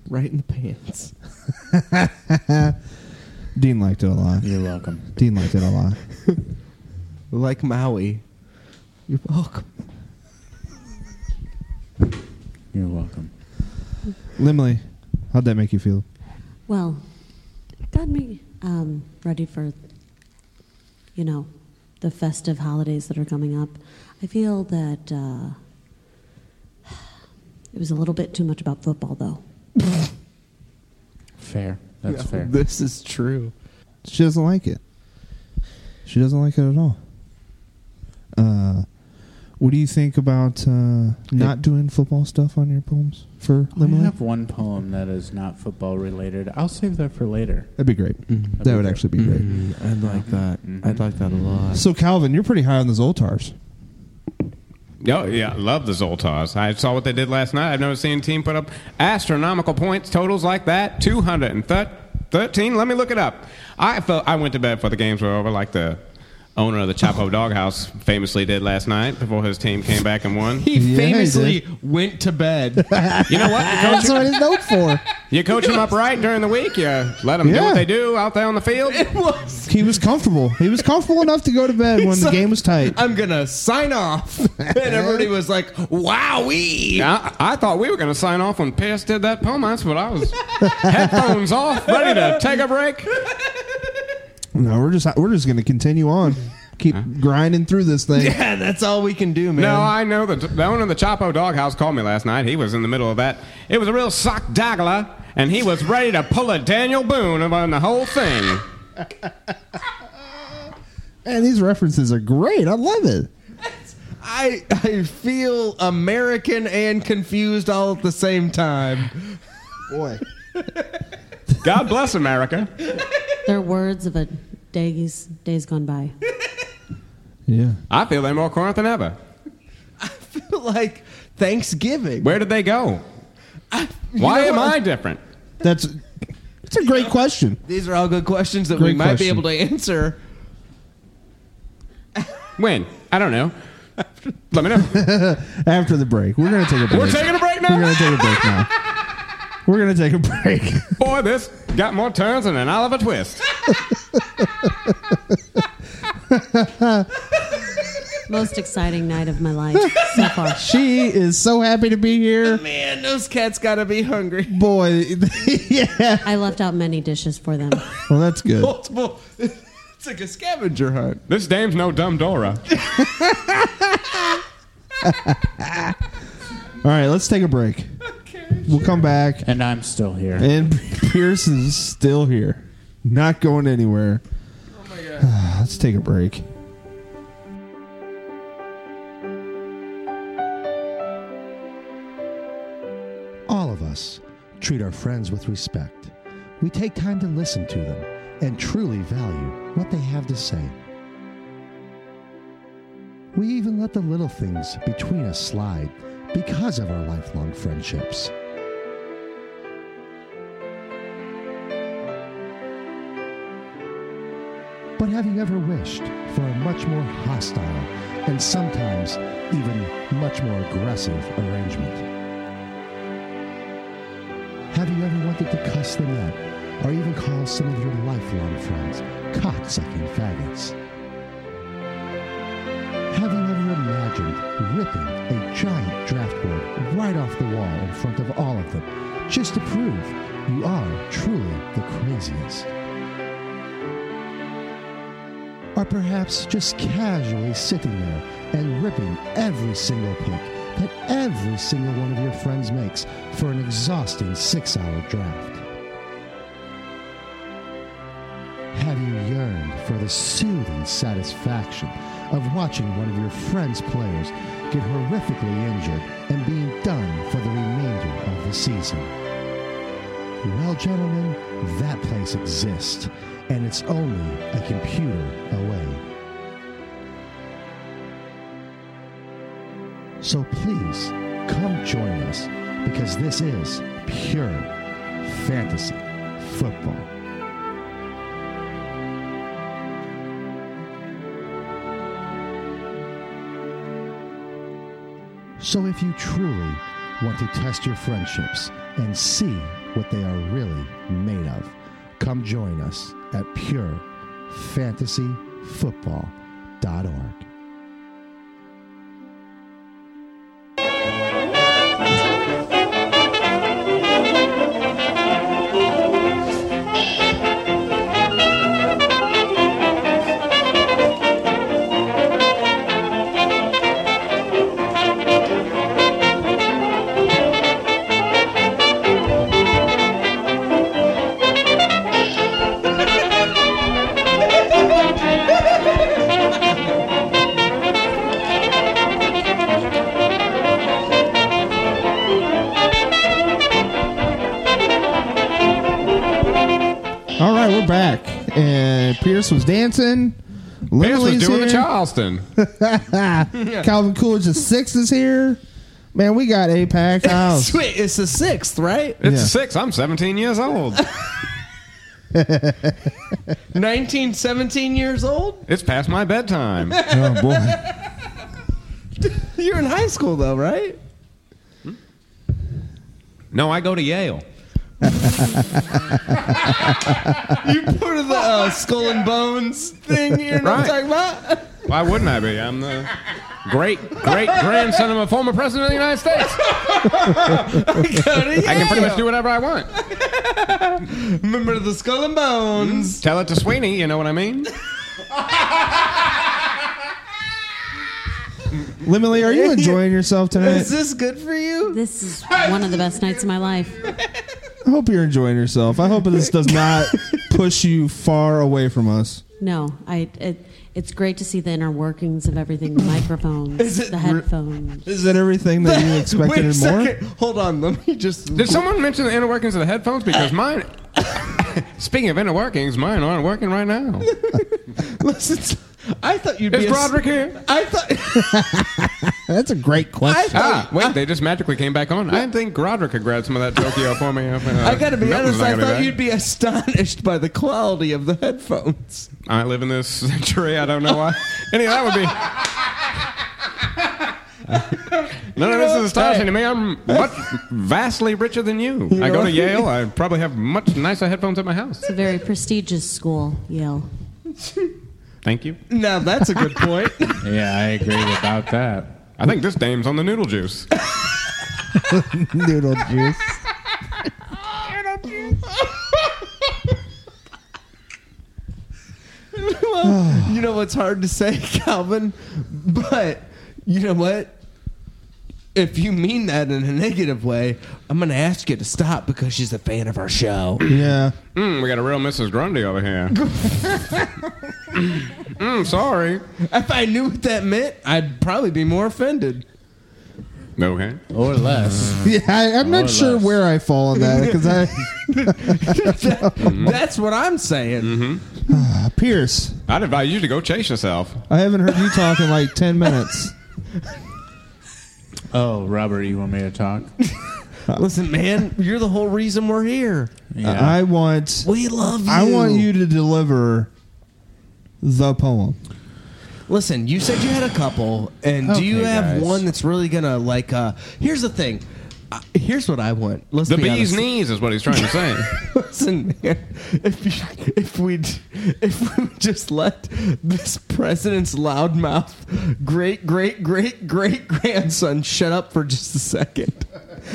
Speaker 3: right in the pants.
Speaker 2: Dean liked it a lot.
Speaker 4: You're welcome.
Speaker 2: Dean liked it a lot.
Speaker 3: Like Maui, you're welcome.
Speaker 4: You're welcome.
Speaker 2: Limley, how'd that make you feel?
Speaker 6: Well, it got me um, ready for, you know, the festive holidays that are coming up. I feel that uh, it was a little bit too much about football, though.
Speaker 4: Fair. That's
Speaker 3: No,
Speaker 4: fair.
Speaker 3: This is true.
Speaker 2: She doesn't like it. She doesn't like it at all. Uh, what do you think about uh, not doing football stuff on your poems for
Speaker 4: I
Speaker 2: Limley?
Speaker 4: have one poem that is not football related. I'll save that for later.
Speaker 2: Mm-hmm. That'd be great. Mm-hmm.
Speaker 3: Mm.
Speaker 2: That would actually be great.
Speaker 3: I'd like
Speaker 4: Uh,
Speaker 3: that. I'd like that a lot.
Speaker 2: So Calvin, you're pretty high on the Zoltars.
Speaker 8: Oh, yeah, I love the Zoltars. I saw what they did last night. I've never seen a team put up astronomical points totals like that. 213. Let me look it up. I felt I went to bed before the games were over, like the owner of the Chapo Doghouse famously did last night before his team came back and won.
Speaker 3: He
Speaker 2: Yeah, he
Speaker 3: famously went to bed.
Speaker 8: You know what? You coach,
Speaker 2: That's what it's known for.
Speaker 8: you coach them up right during the week. You let them do
Speaker 2: Yeah.
Speaker 8: what they do out there on the field.
Speaker 3: it was.
Speaker 2: He was comfortable. He was comfortable enough to go to bed when
Speaker 3: He's
Speaker 2: the
Speaker 3: like,
Speaker 2: game was tight.
Speaker 3: I'm gonna sign off, and everybody was like, "Wowee!"
Speaker 8: I, I thought we were going to sign off when Pierce did that poem. That's what I was. headphones off, ready to take a break.
Speaker 2: No, we're just we're just gonna continue on, keep grinding through this thing.
Speaker 3: Yeah, that's all we can do, man.
Speaker 8: No, I know that the owner of the Chapo Doghouse called me last night. He was in the middle of that. It was a real sock dagla, and he was ready to pull a Daniel Boone on the whole thing.
Speaker 2: Man, these references are great. I love it.
Speaker 3: I I feel American and confused all at the same time.
Speaker 2: Boy,
Speaker 8: God bless America.
Speaker 6: They're words of a days days gone by.
Speaker 2: yeah.
Speaker 8: I feel they're more current than ever.
Speaker 3: like Thanksgiving.
Speaker 8: Where did they go?
Speaker 3: You
Speaker 8: Why
Speaker 3: know
Speaker 8: am
Speaker 3: what?
Speaker 8: I different?
Speaker 2: That's it's a great question.
Speaker 3: These are all good questions that we
Speaker 2: Great
Speaker 3: might be
Speaker 2: question.
Speaker 3: able to answer.
Speaker 8: When? I don't know. Let me know.
Speaker 2: After the break, we're gonna take a break.
Speaker 8: We're taking a
Speaker 2: We're
Speaker 8: break now.
Speaker 2: gonna take a break now. We're gonna take a break.
Speaker 8: Boy, this got more turns than an Oliver Twist.
Speaker 6: Most exciting night of my life so far.
Speaker 2: she is so happy to be here.
Speaker 3: Man, those cats gotta be hungry.
Speaker 2: Boy, yeah.
Speaker 6: I left out many dishes for them.
Speaker 2: Well, that's good.
Speaker 3: Multiple. It's like a scavenger hunt.
Speaker 8: This dame's no dumb Dora.
Speaker 2: All right, let's take a break. We'll come back.
Speaker 4: And I'm still here.
Speaker 2: And Pierce is still here, not going anywhere. Oh my god! Let's take a break.
Speaker 9: All of us treat our friends with respect. We take time to listen to them and truly value what they have to say. We even let the little things between us slide because of our lifelong friendships. But have you ever wished for a much more hostile and sometimes even much more aggressive arrangement? Have you ever wanted to cuss them out or even call some of your lifelong friends cocksucking faggots? Have you ever imagined ripping a giant draft board right off the wall in front of all of them just to prove you are truly the craziest? Or perhaps just casually sitting there and ripping every single pick that every single one of your friends makes for an exhausting six hour draft. Have you yearned for the soothing satisfaction of watching one of your friends' players get horrifically injured and being done for the remainder of the season? Well, gentlemen, that place exists, and it's only a computer away. So please come join us because this is pure fantasy football. So if you truly want to test your friendships and see what they are really made of, come join us at purefantasyfootball.org.
Speaker 2: All right, we're back. And Pierce was dancing.
Speaker 8: Pierce was
Speaker 2: Lily's
Speaker 8: doing a
Speaker 2: here. Ah,
Speaker 8: Charleston.
Speaker 2: Calvin Coolidge the sixth is here. Man, we got a packed house.
Speaker 3: Sweet, it's the sixth, right?
Speaker 8: It's
Speaker 2: Yeah.
Speaker 8: six. I'm 17 years old.
Speaker 3: 19, 17 years old?
Speaker 8: It's past my bedtime.
Speaker 2: Oh boy.
Speaker 3: You're in high school, though, right?
Speaker 8: No, I go to Yale.
Speaker 3: You part of the uh, skull and bones thing you know what
Speaker 8: Right.
Speaker 3: I'm talking about?
Speaker 8: Why wouldn't I be? I'm the great great grandson of a former president of the United States. I can pretty much do whatever I want.
Speaker 3: Remember the skull and bones?
Speaker 8: Tell it to Sweeney, you know what I mean?
Speaker 2: Lemily, are you enjoying yourself tonight?
Speaker 3: Is this good for you?
Speaker 6: This is one of the best nights of my life.
Speaker 2: I hope you're enjoying yourself. I hope this does not push you far away from us.
Speaker 6: No, I. It, it's great to see the inner workings of everything. The microphones,
Speaker 3: Is it
Speaker 6: the
Speaker 3: re-
Speaker 6: headphones.
Speaker 2: Is that everything that you expected
Speaker 3: Wait a
Speaker 2: and more?
Speaker 3: second. Hold on. Let me just.
Speaker 8: Did someone mention the inner workings of the headphones? Because mine. Speaking of inner workings, mine aren't working right now.
Speaker 3: Listen, I thought you'd be.
Speaker 8: Is
Speaker 3: a s-
Speaker 8: Broderick here?
Speaker 3: I thought.
Speaker 7: That's a great question.
Speaker 8: Ah, wait, they just magically came back on. I didn't think Broderick could grab some of that Tokyo for me. Up in, uh,
Speaker 3: I gotta be honest.
Speaker 8: Milton's not
Speaker 3: I
Speaker 8: gonna do
Speaker 3: thought
Speaker 8: that.
Speaker 3: you'd be astonished by the quality of the headphones.
Speaker 8: I live in this century. I don't know why. Any of that would be. None of this is astonishing to me. I'm much vastly richer than you. I go to Yale. I probably have much nicer headphones at my house.
Speaker 6: It's a very prestigious school, Yale.
Speaker 8: Thank you.
Speaker 3: Now that's a good point.
Speaker 4: Yeah, I agree about that.
Speaker 8: I think this dame's on the noodle juice.
Speaker 2: Noodle juice.
Speaker 3: well, you know what's hard to say, Calvin, but you know what? If you mean that in a negative way, I'm going to ask you to stop because she's a fan of our show.
Speaker 2: Yeah.
Speaker 8: Mm, we got a real Mrs. Grundy over here. mm, sorry.
Speaker 3: if I knew what that meant, I'd probably be more offended.
Speaker 8: Okay.
Speaker 4: Or less.
Speaker 2: Yeah, I, I'm
Speaker 4: More or
Speaker 2: not sure
Speaker 4: less.
Speaker 2: where I fall on that because I
Speaker 3: That's what I'm saying.
Speaker 2: uh, Pierce.
Speaker 8: I'd advise you to go chase yourself.
Speaker 2: I haven't heard you talk in like ten minutes.
Speaker 4: Oh, Robert, you want me to talk?
Speaker 3: Listen, man, you're the whole reason we're here.
Speaker 2: I want
Speaker 3: We love you.
Speaker 2: I want you to deliver the poem.
Speaker 3: Listen, you said you had a couple, and do you
Speaker 4: Okay,
Speaker 3: have
Speaker 4: guys.
Speaker 3: one that's really gonna like? uh Here's the thing. Uh, here's what I want. Let's
Speaker 8: The
Speaker 3: be
Speaker 8: bee's
Speaker 3: honest.
Speaker 8: knees is what he's trying to say.
Speaker 3: Listen, man. If you, if we if we would just let this president's loudmouth great great great great grandson shut up for just a second.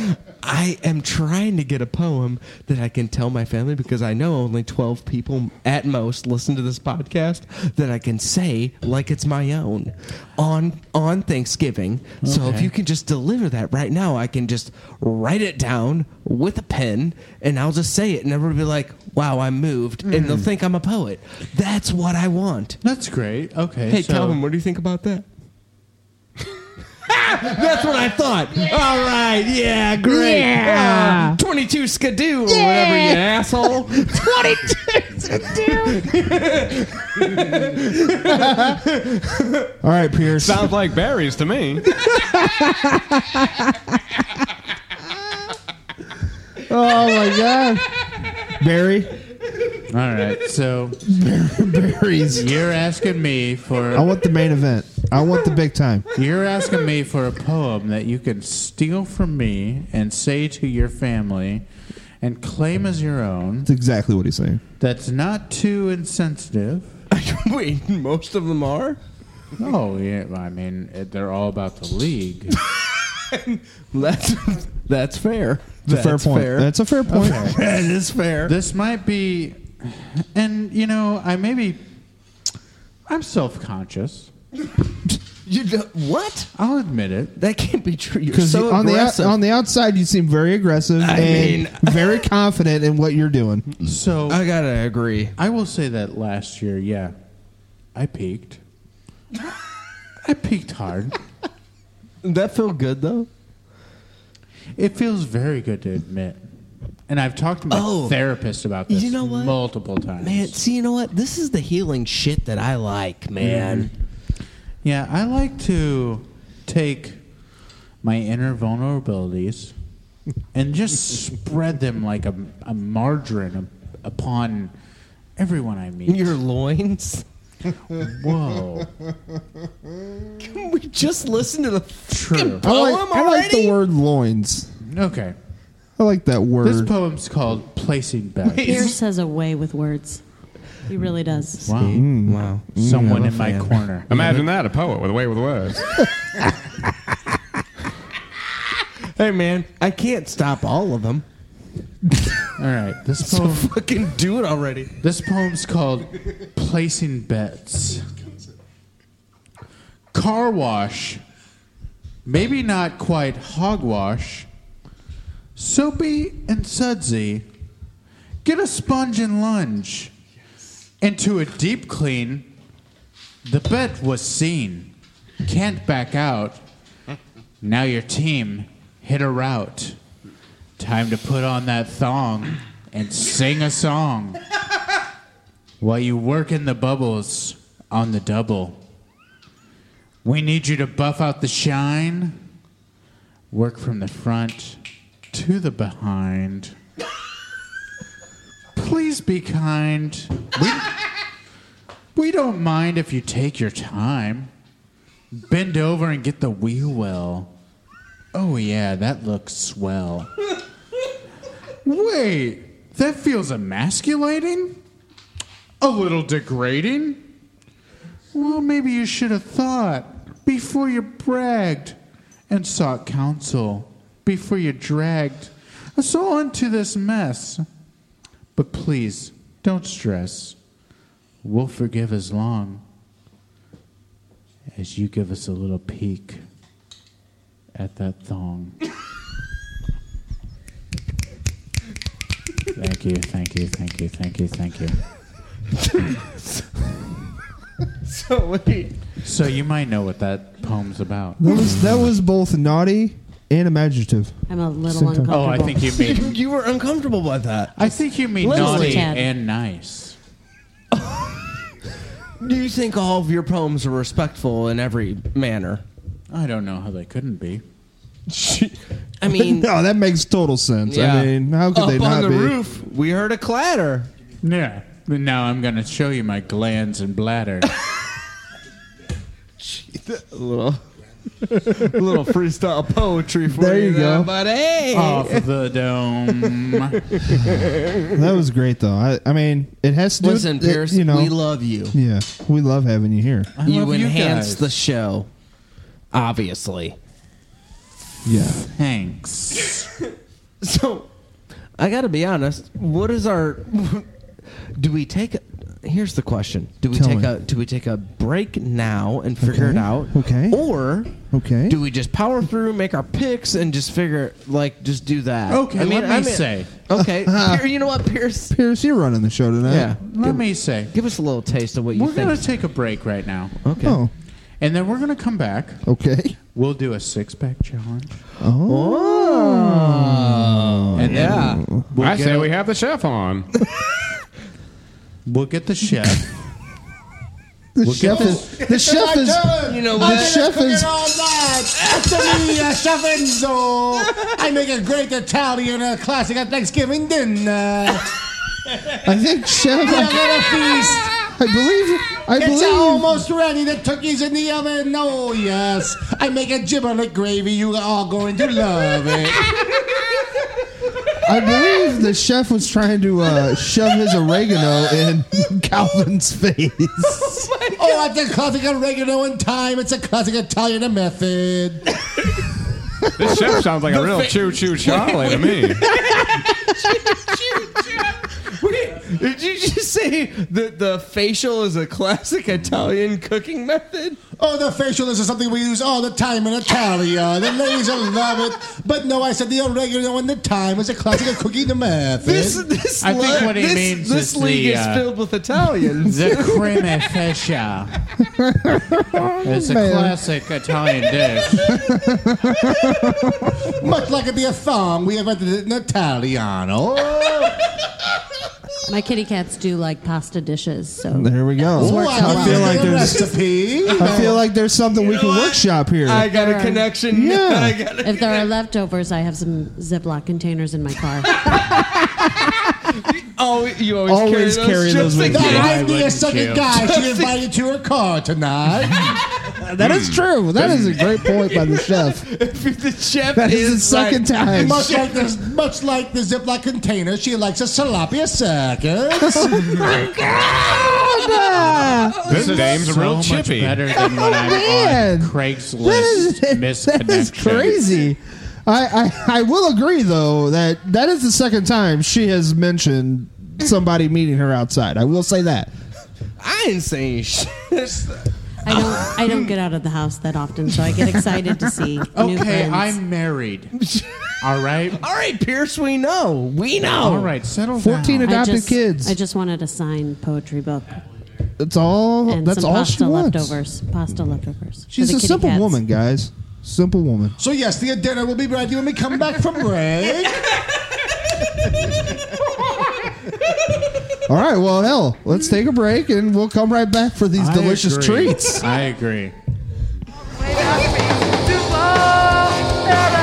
Speaker 3: I am trying to get a poem that I can tell my family because I know only 12 people at most listen to this podcast that I can say like it's my own on on Thanksgiving. So if
Speaker 4: Okay.
Speaker 3: you can just deliver that right now, I can just write it down with a pen and I'll just say it and everyone will be like, "Wow, I'm moved." And they'll think I'm a poet. That's what I want.
Speaker 4: That's great. Okay.
Speaker 3: Hey
Speaker 4: so-
Speaker 3: Calvin, what do you think about that? That's what I thought. All right, yeah, great. Uh, 22 skidoo or whatever, you asshole. 22 skidoo.
Speaker 2: All right, Pierce.
Speaker 8: Sounds like berries to me.
Speaker 2: Oh my god. Barry.
Speaker 4: All right. So
Speaker 2: Barry's
Speaker 4: you're asking me
Speaker 2: I
Speaker 4: for
Speaker 2: want the main event. I want the big time.
Speaker 4: you're asking me for a poem that you can steal from me and say to your family and claim as your own.
Speaker 2: That's exactly what he's saying.
Speaker 4: That's not too insensitive.
Speaker 3: Wait, most of them are?
Speaker 4: Oh, yeah. I mean, it, they're all about the league.
Speaker 3: That's that's fair.
Speaker 2: It's a
Speaker 3: that's
Speaker 2: fair point. That's a fair point.
Speaker 3: that is fair.
Speaker 4: This might be, and you know, I maybe I'm self-conscious.
Speaker 3: you know, what?
Speaker 4: I'll admit it.
Speaker 3: That can't be true. You're
Speaker 2: Because
Speaker 3: so
Speaker 2: on the out,
Speaker 3: aggressive.
Speaker 2: on the outside, you seem very aggressive
Speaker 3: I
Speaker 2: and
Speaker 3: mean-
Speaker 2: very confident in what you're doing.
Speaker 4: So
Speaker 3: I gotta agree.
Speaker 4: I will say that last year, yeah, I peaked. I peaked hard.
Speaker 3: That feel good though.
Speaker 4: It feels very good to admit. And I've talked to my
Speaker 3: Oh.
Speaker 4: therapist about this
Speaker 3: You know what?
Speaker 4: multiple times.
Speaker 3: Man, see, you know what? This is the healing shit that I like, man.
Speaker 4: Yeah, I like to take my inner vulnerabilities and just spread them like a, a margarine upon everyone I meet.
Speaker 3: Your loins?
Speaker 4: Whoa.
Speaker 3: Can we just listen to the fucking
Speaker 4: True.
Speaker 2: I like,
Speaker 3: poem
Speaker 2: I like
Speaker 3: Oh, already?
Speaker 2: the word loins.
Speaker 4: Okay.
Speaker 2: I like that
Speaker 4: This
Speaker 2: word.
Speaker 4: poem's called Placing Back.
Speaker 6: Pierce has a way with words. He really does.
Speaker 4: Wow.
Speaker 3: Wow.
Speaker 4: Someone in my corner.
Speaker 8: Imagine that, a poet with a way with words.
Speaker 3: Hey, man, I can't stop all of them.
Speaker 4: All right. This poem,
Speaker 3: Fucking do it already.
Speaker 4: this poem's called Placing Bets. Car wash. Maybe not quite hogwash. Soapy and sudsy. Get a sponge and lunge. Into a deep clean. The bet was seen. Can't back out. Now your team hit a route. Time to put on that thong and sing a song. While you work in the bubbles on the double. We need you to buff out the shine. Work from the front to the behind. Please be kind. We, we don't mind if you take your time. Bend over and get the wheel well. Oh, yeah, that looks swell. Wait, that feels emasculating? A little degrading? Well, maybe you should have thought before you bragged and sought counsel, before you dragged us all into this mess. But please, don't stress. We'll forgive as long as you give us a little peek at that thong. thank you, thank you, thank you, thank you, thank you.
Speaker 3: So, wait.
Speaker 4: So you might know what that poem's about.
Speaker 2: that, was, that was both naughty and imaginative.
Speaker 6: I'm a little
Speaker 2: Sometimes-
Speaker 6: uncomfortable.
Speaker 4: Oh, I think you mean.
Speaker 3: You were uncomfortable by that.
Speaker 4: I think you mean
Speaker 3: Leslie.
Speaker 4: naughty
Speaker 6: Tad.
Speaker 4: and nice.
Speaker 3: Do you think all of your poems are respectful in every manner?
Speaker 4: I don't know how they couldn't be.
Speaker 3: I mean,
Speaker 2: no, that makes total sense. I mean, how could
Speaker 3: Up
Speaker 2: they not
Speaker 3: on
Speaker 2: be?
Speaker 3: the roof? We heard a clatter.
Speaker 4: Yeah. Now I'm gonna show you my glands and bladder.
Speaker 3: A little, a little freestyle poetry for
Speaker 2: There you go.
Speaker 3: but hey,
Speaker 4: off the dome.
Speaker 2: That was great, though. I, I mean, it has to do.
Speaker 3: listen,
Speaker 2: with, it-
Speaker 3: Pierce,
Speaker 2: you know,
Speaker 3: we love you.
Speaker 2: yeah, we love having you here.
Speaker 4: I
Speaker 3: you
Speaker 4: love
Speaker 3: enhance
Speaker 4: guys.
Speaker 3: the show, obviously.
Speaker 2: Yeah,
Speaker 4: thanks.
Speaker 3: So, I got to be honest. What is our? Do we take? a- Here's the question: Do we
Speaker 2: Tell
Speaker 3: take
Speaker 2: me.
Speaker 3: a? Do we take a break now and figure it
Speaker 2: Okay.
Speaker 3: out?
Speaker 2: Okay.
Speaker 3: Or
Speaker 2: Okay.
Speaker 3: Do we just power through, make our picks, and just figure like just do that?
Speaker 4: Okay, let me say.
Speaker 3: Okay. Pier- you know what, Pierce?
Speaker 2: Pierce, you're running the show tonight.
Speaker 3: Yeah.
Speaker 4: Let me say,
Speaker 3: Give us a little taste of what you
Speaker 4: we're
Speaker 3: think.
Speaker 4: gonna take a break right now,
Speaker 3: okay.
Speaker 2: Oh,
Speaker 4: and then we're gonna come back.
Speaker 2: okay.
Speaker 4: We'll do a six pack challenge,
Speaker 2: Oh,
Speaker 4: and
Speaker 3: Yeah.
Speaker 4: then we'll
Speaker 8: I
Speaker 4: get
Speaker 8: say
Speaker 4: a-
Speaker 8: we have the chef on.
Speaker 4: we'll get the chef.
Speaker 2: the
Speaker 4: we'll
Speaker 2: chef
Speaker 4: get
Speaker 2: is. The chef is.
Speaker 3: You know
Speaker 2: The
Speaker 3: what?
Speaker 2: chef is.
Speaker 7: all night. After me, uh, Chef Enzo. I make a great Italian uh, classic at Thanksgiving dinner.
Speaker 2: I think chef.
Speaker 7: Another feast.
Speaker 2: I believe. I
Speaker 7: It's
Speaker 2: believe.
Speaker 7: almost ready. The turkey's in the oven. Oh, yes. I make a giblet gravy. You are all going to love it.
Speaker 2: I believe the chef was trying to uh, shove his oregano in Calvin's face.
Speaker 7: Oh, I the classic oregano and thyme. It's a classic Italian method.
Speaker 8: This chef sounds like a real choo choo Charlie to me.
Speaker 3: Wait, Did you just say that the facial is a classic Italian cooking method?
Speaker 7: Oh, the facial is something we use all the time in Italia. The ladies will love it. But no, I said the oregano and the thyme is a classic cooking method.
Speaker 3: This this
Speaker 4: I think
Speaker 3: le-
Speaker 4: what he
Speaker 3: this,
Speaker 4: means
Speaker 3: this
Speaker 4: is
Speaker 3: league
Speaker 4: the,
Speaker 3: is
Speaker 4: uh,
Speaker 3: filled with Italians.
Speaker 4: The creme fescia. it's a classic Italian dish.
Speaker 7: Much like it be a thong, we invented it in Italiano.
Speaker 6: My kitty cats do like pasta dishes, so
Speaker 2: There we go.
Speaker 7: Oh,
Speaker 6: works out
Speaker 7: I
Speaker 6: well.
Speaker 7: feel
Speaker 2: like
Speaker 7: like the
Speaker 2: there's-
Speaker 7: recipe.
Speaker 2: I feel like there's something we can workshop here.
Speaker 3: I got a connection.
Speaker 2: Yeah.
Speaker 3: I got a
Speaker 6: if there are leftovers, I have some Ziploc containers in my car.
Speaker 3: Oh, you always,
Speaker 2: Always
Speaker 3: carry those,
Speaker 2: carry
Speaker 3: just
Speaker 2: those with
Speaker 3: in
Speaker 7: The
Speaker 2: you.
Speaker 3: case.
Speaker 2: Yeah, I
Speaker 7: idea sucking guy she invited to her car tonight.
Speaker 2: That is true. That is a great point by the chef.
Speaker 3: the chef
Speaker 2: That is the
Speaker 3: is right.
Speaker 2: second time.
Speaker 7: much like this, much like the Ziploc container, she likes a salapia circus.
Speaker 8: This dame's a
Speaker 4: so
Speaker 8: real
Speaker 4: much
Speaker 8: chippy.
Speaker 4: better than when
Speaker 2: Oh,
Speaker 4: I'm
Speaker 2: man.
Speaker 4: on
Speaker 2: That
Speaker 4: Craigslist
Speaker 2: is, that is
Speaker 4: misconnection.
Speaker 2: crazy. I, I, I will agree though that that is the second time she has mentioned somebody meeting her outside. I will say that.
Speaker 3: I ain't saying shit.
Speaker 6: I don't. I don't get out of the house that often, so I get excited to see new
Speaker 4: Okay,
Speaker 6: friends.
Speaker 4: I'm married. All right.
Speaker 3: All right, Pierce, we know. We know.
Speaker 4: All right, settle
Speaker 2: 14
Speaker 4: down.
Speaker 6: I
Speaker 2: adopted
Speaker 6: just,
Speaker 2: kids.
Speaker 6: I just wanted a signed poetry book
Speaker 2: That's all.
Speaker 6: and
Speaker 2: that's
Speaker 6: some
Speaker 2: all
Speaker 6: pasta
Speaker 2: she wants.
Speaker 6: leftovers. Pasta leftovers. for
Speaker 2: She's
Speaker 6: the
Speaker 2: a
Speaker 6: kitty
Speaker 2: simple
Speaker 6: cats.
Speaker 2: woman, guys. Simple woman.
Speaker 7: so yes, the dinner will be ready when we come back from break.
Speaker 2: All right. Well, hell, let's take a break and we'll come right back for these
Speaker 4: I
Speaker 2: delicious
Speaker 4: agree.
Speaker 2: treats.
Speaker 4: I agree.
Speaker 1: Way to love,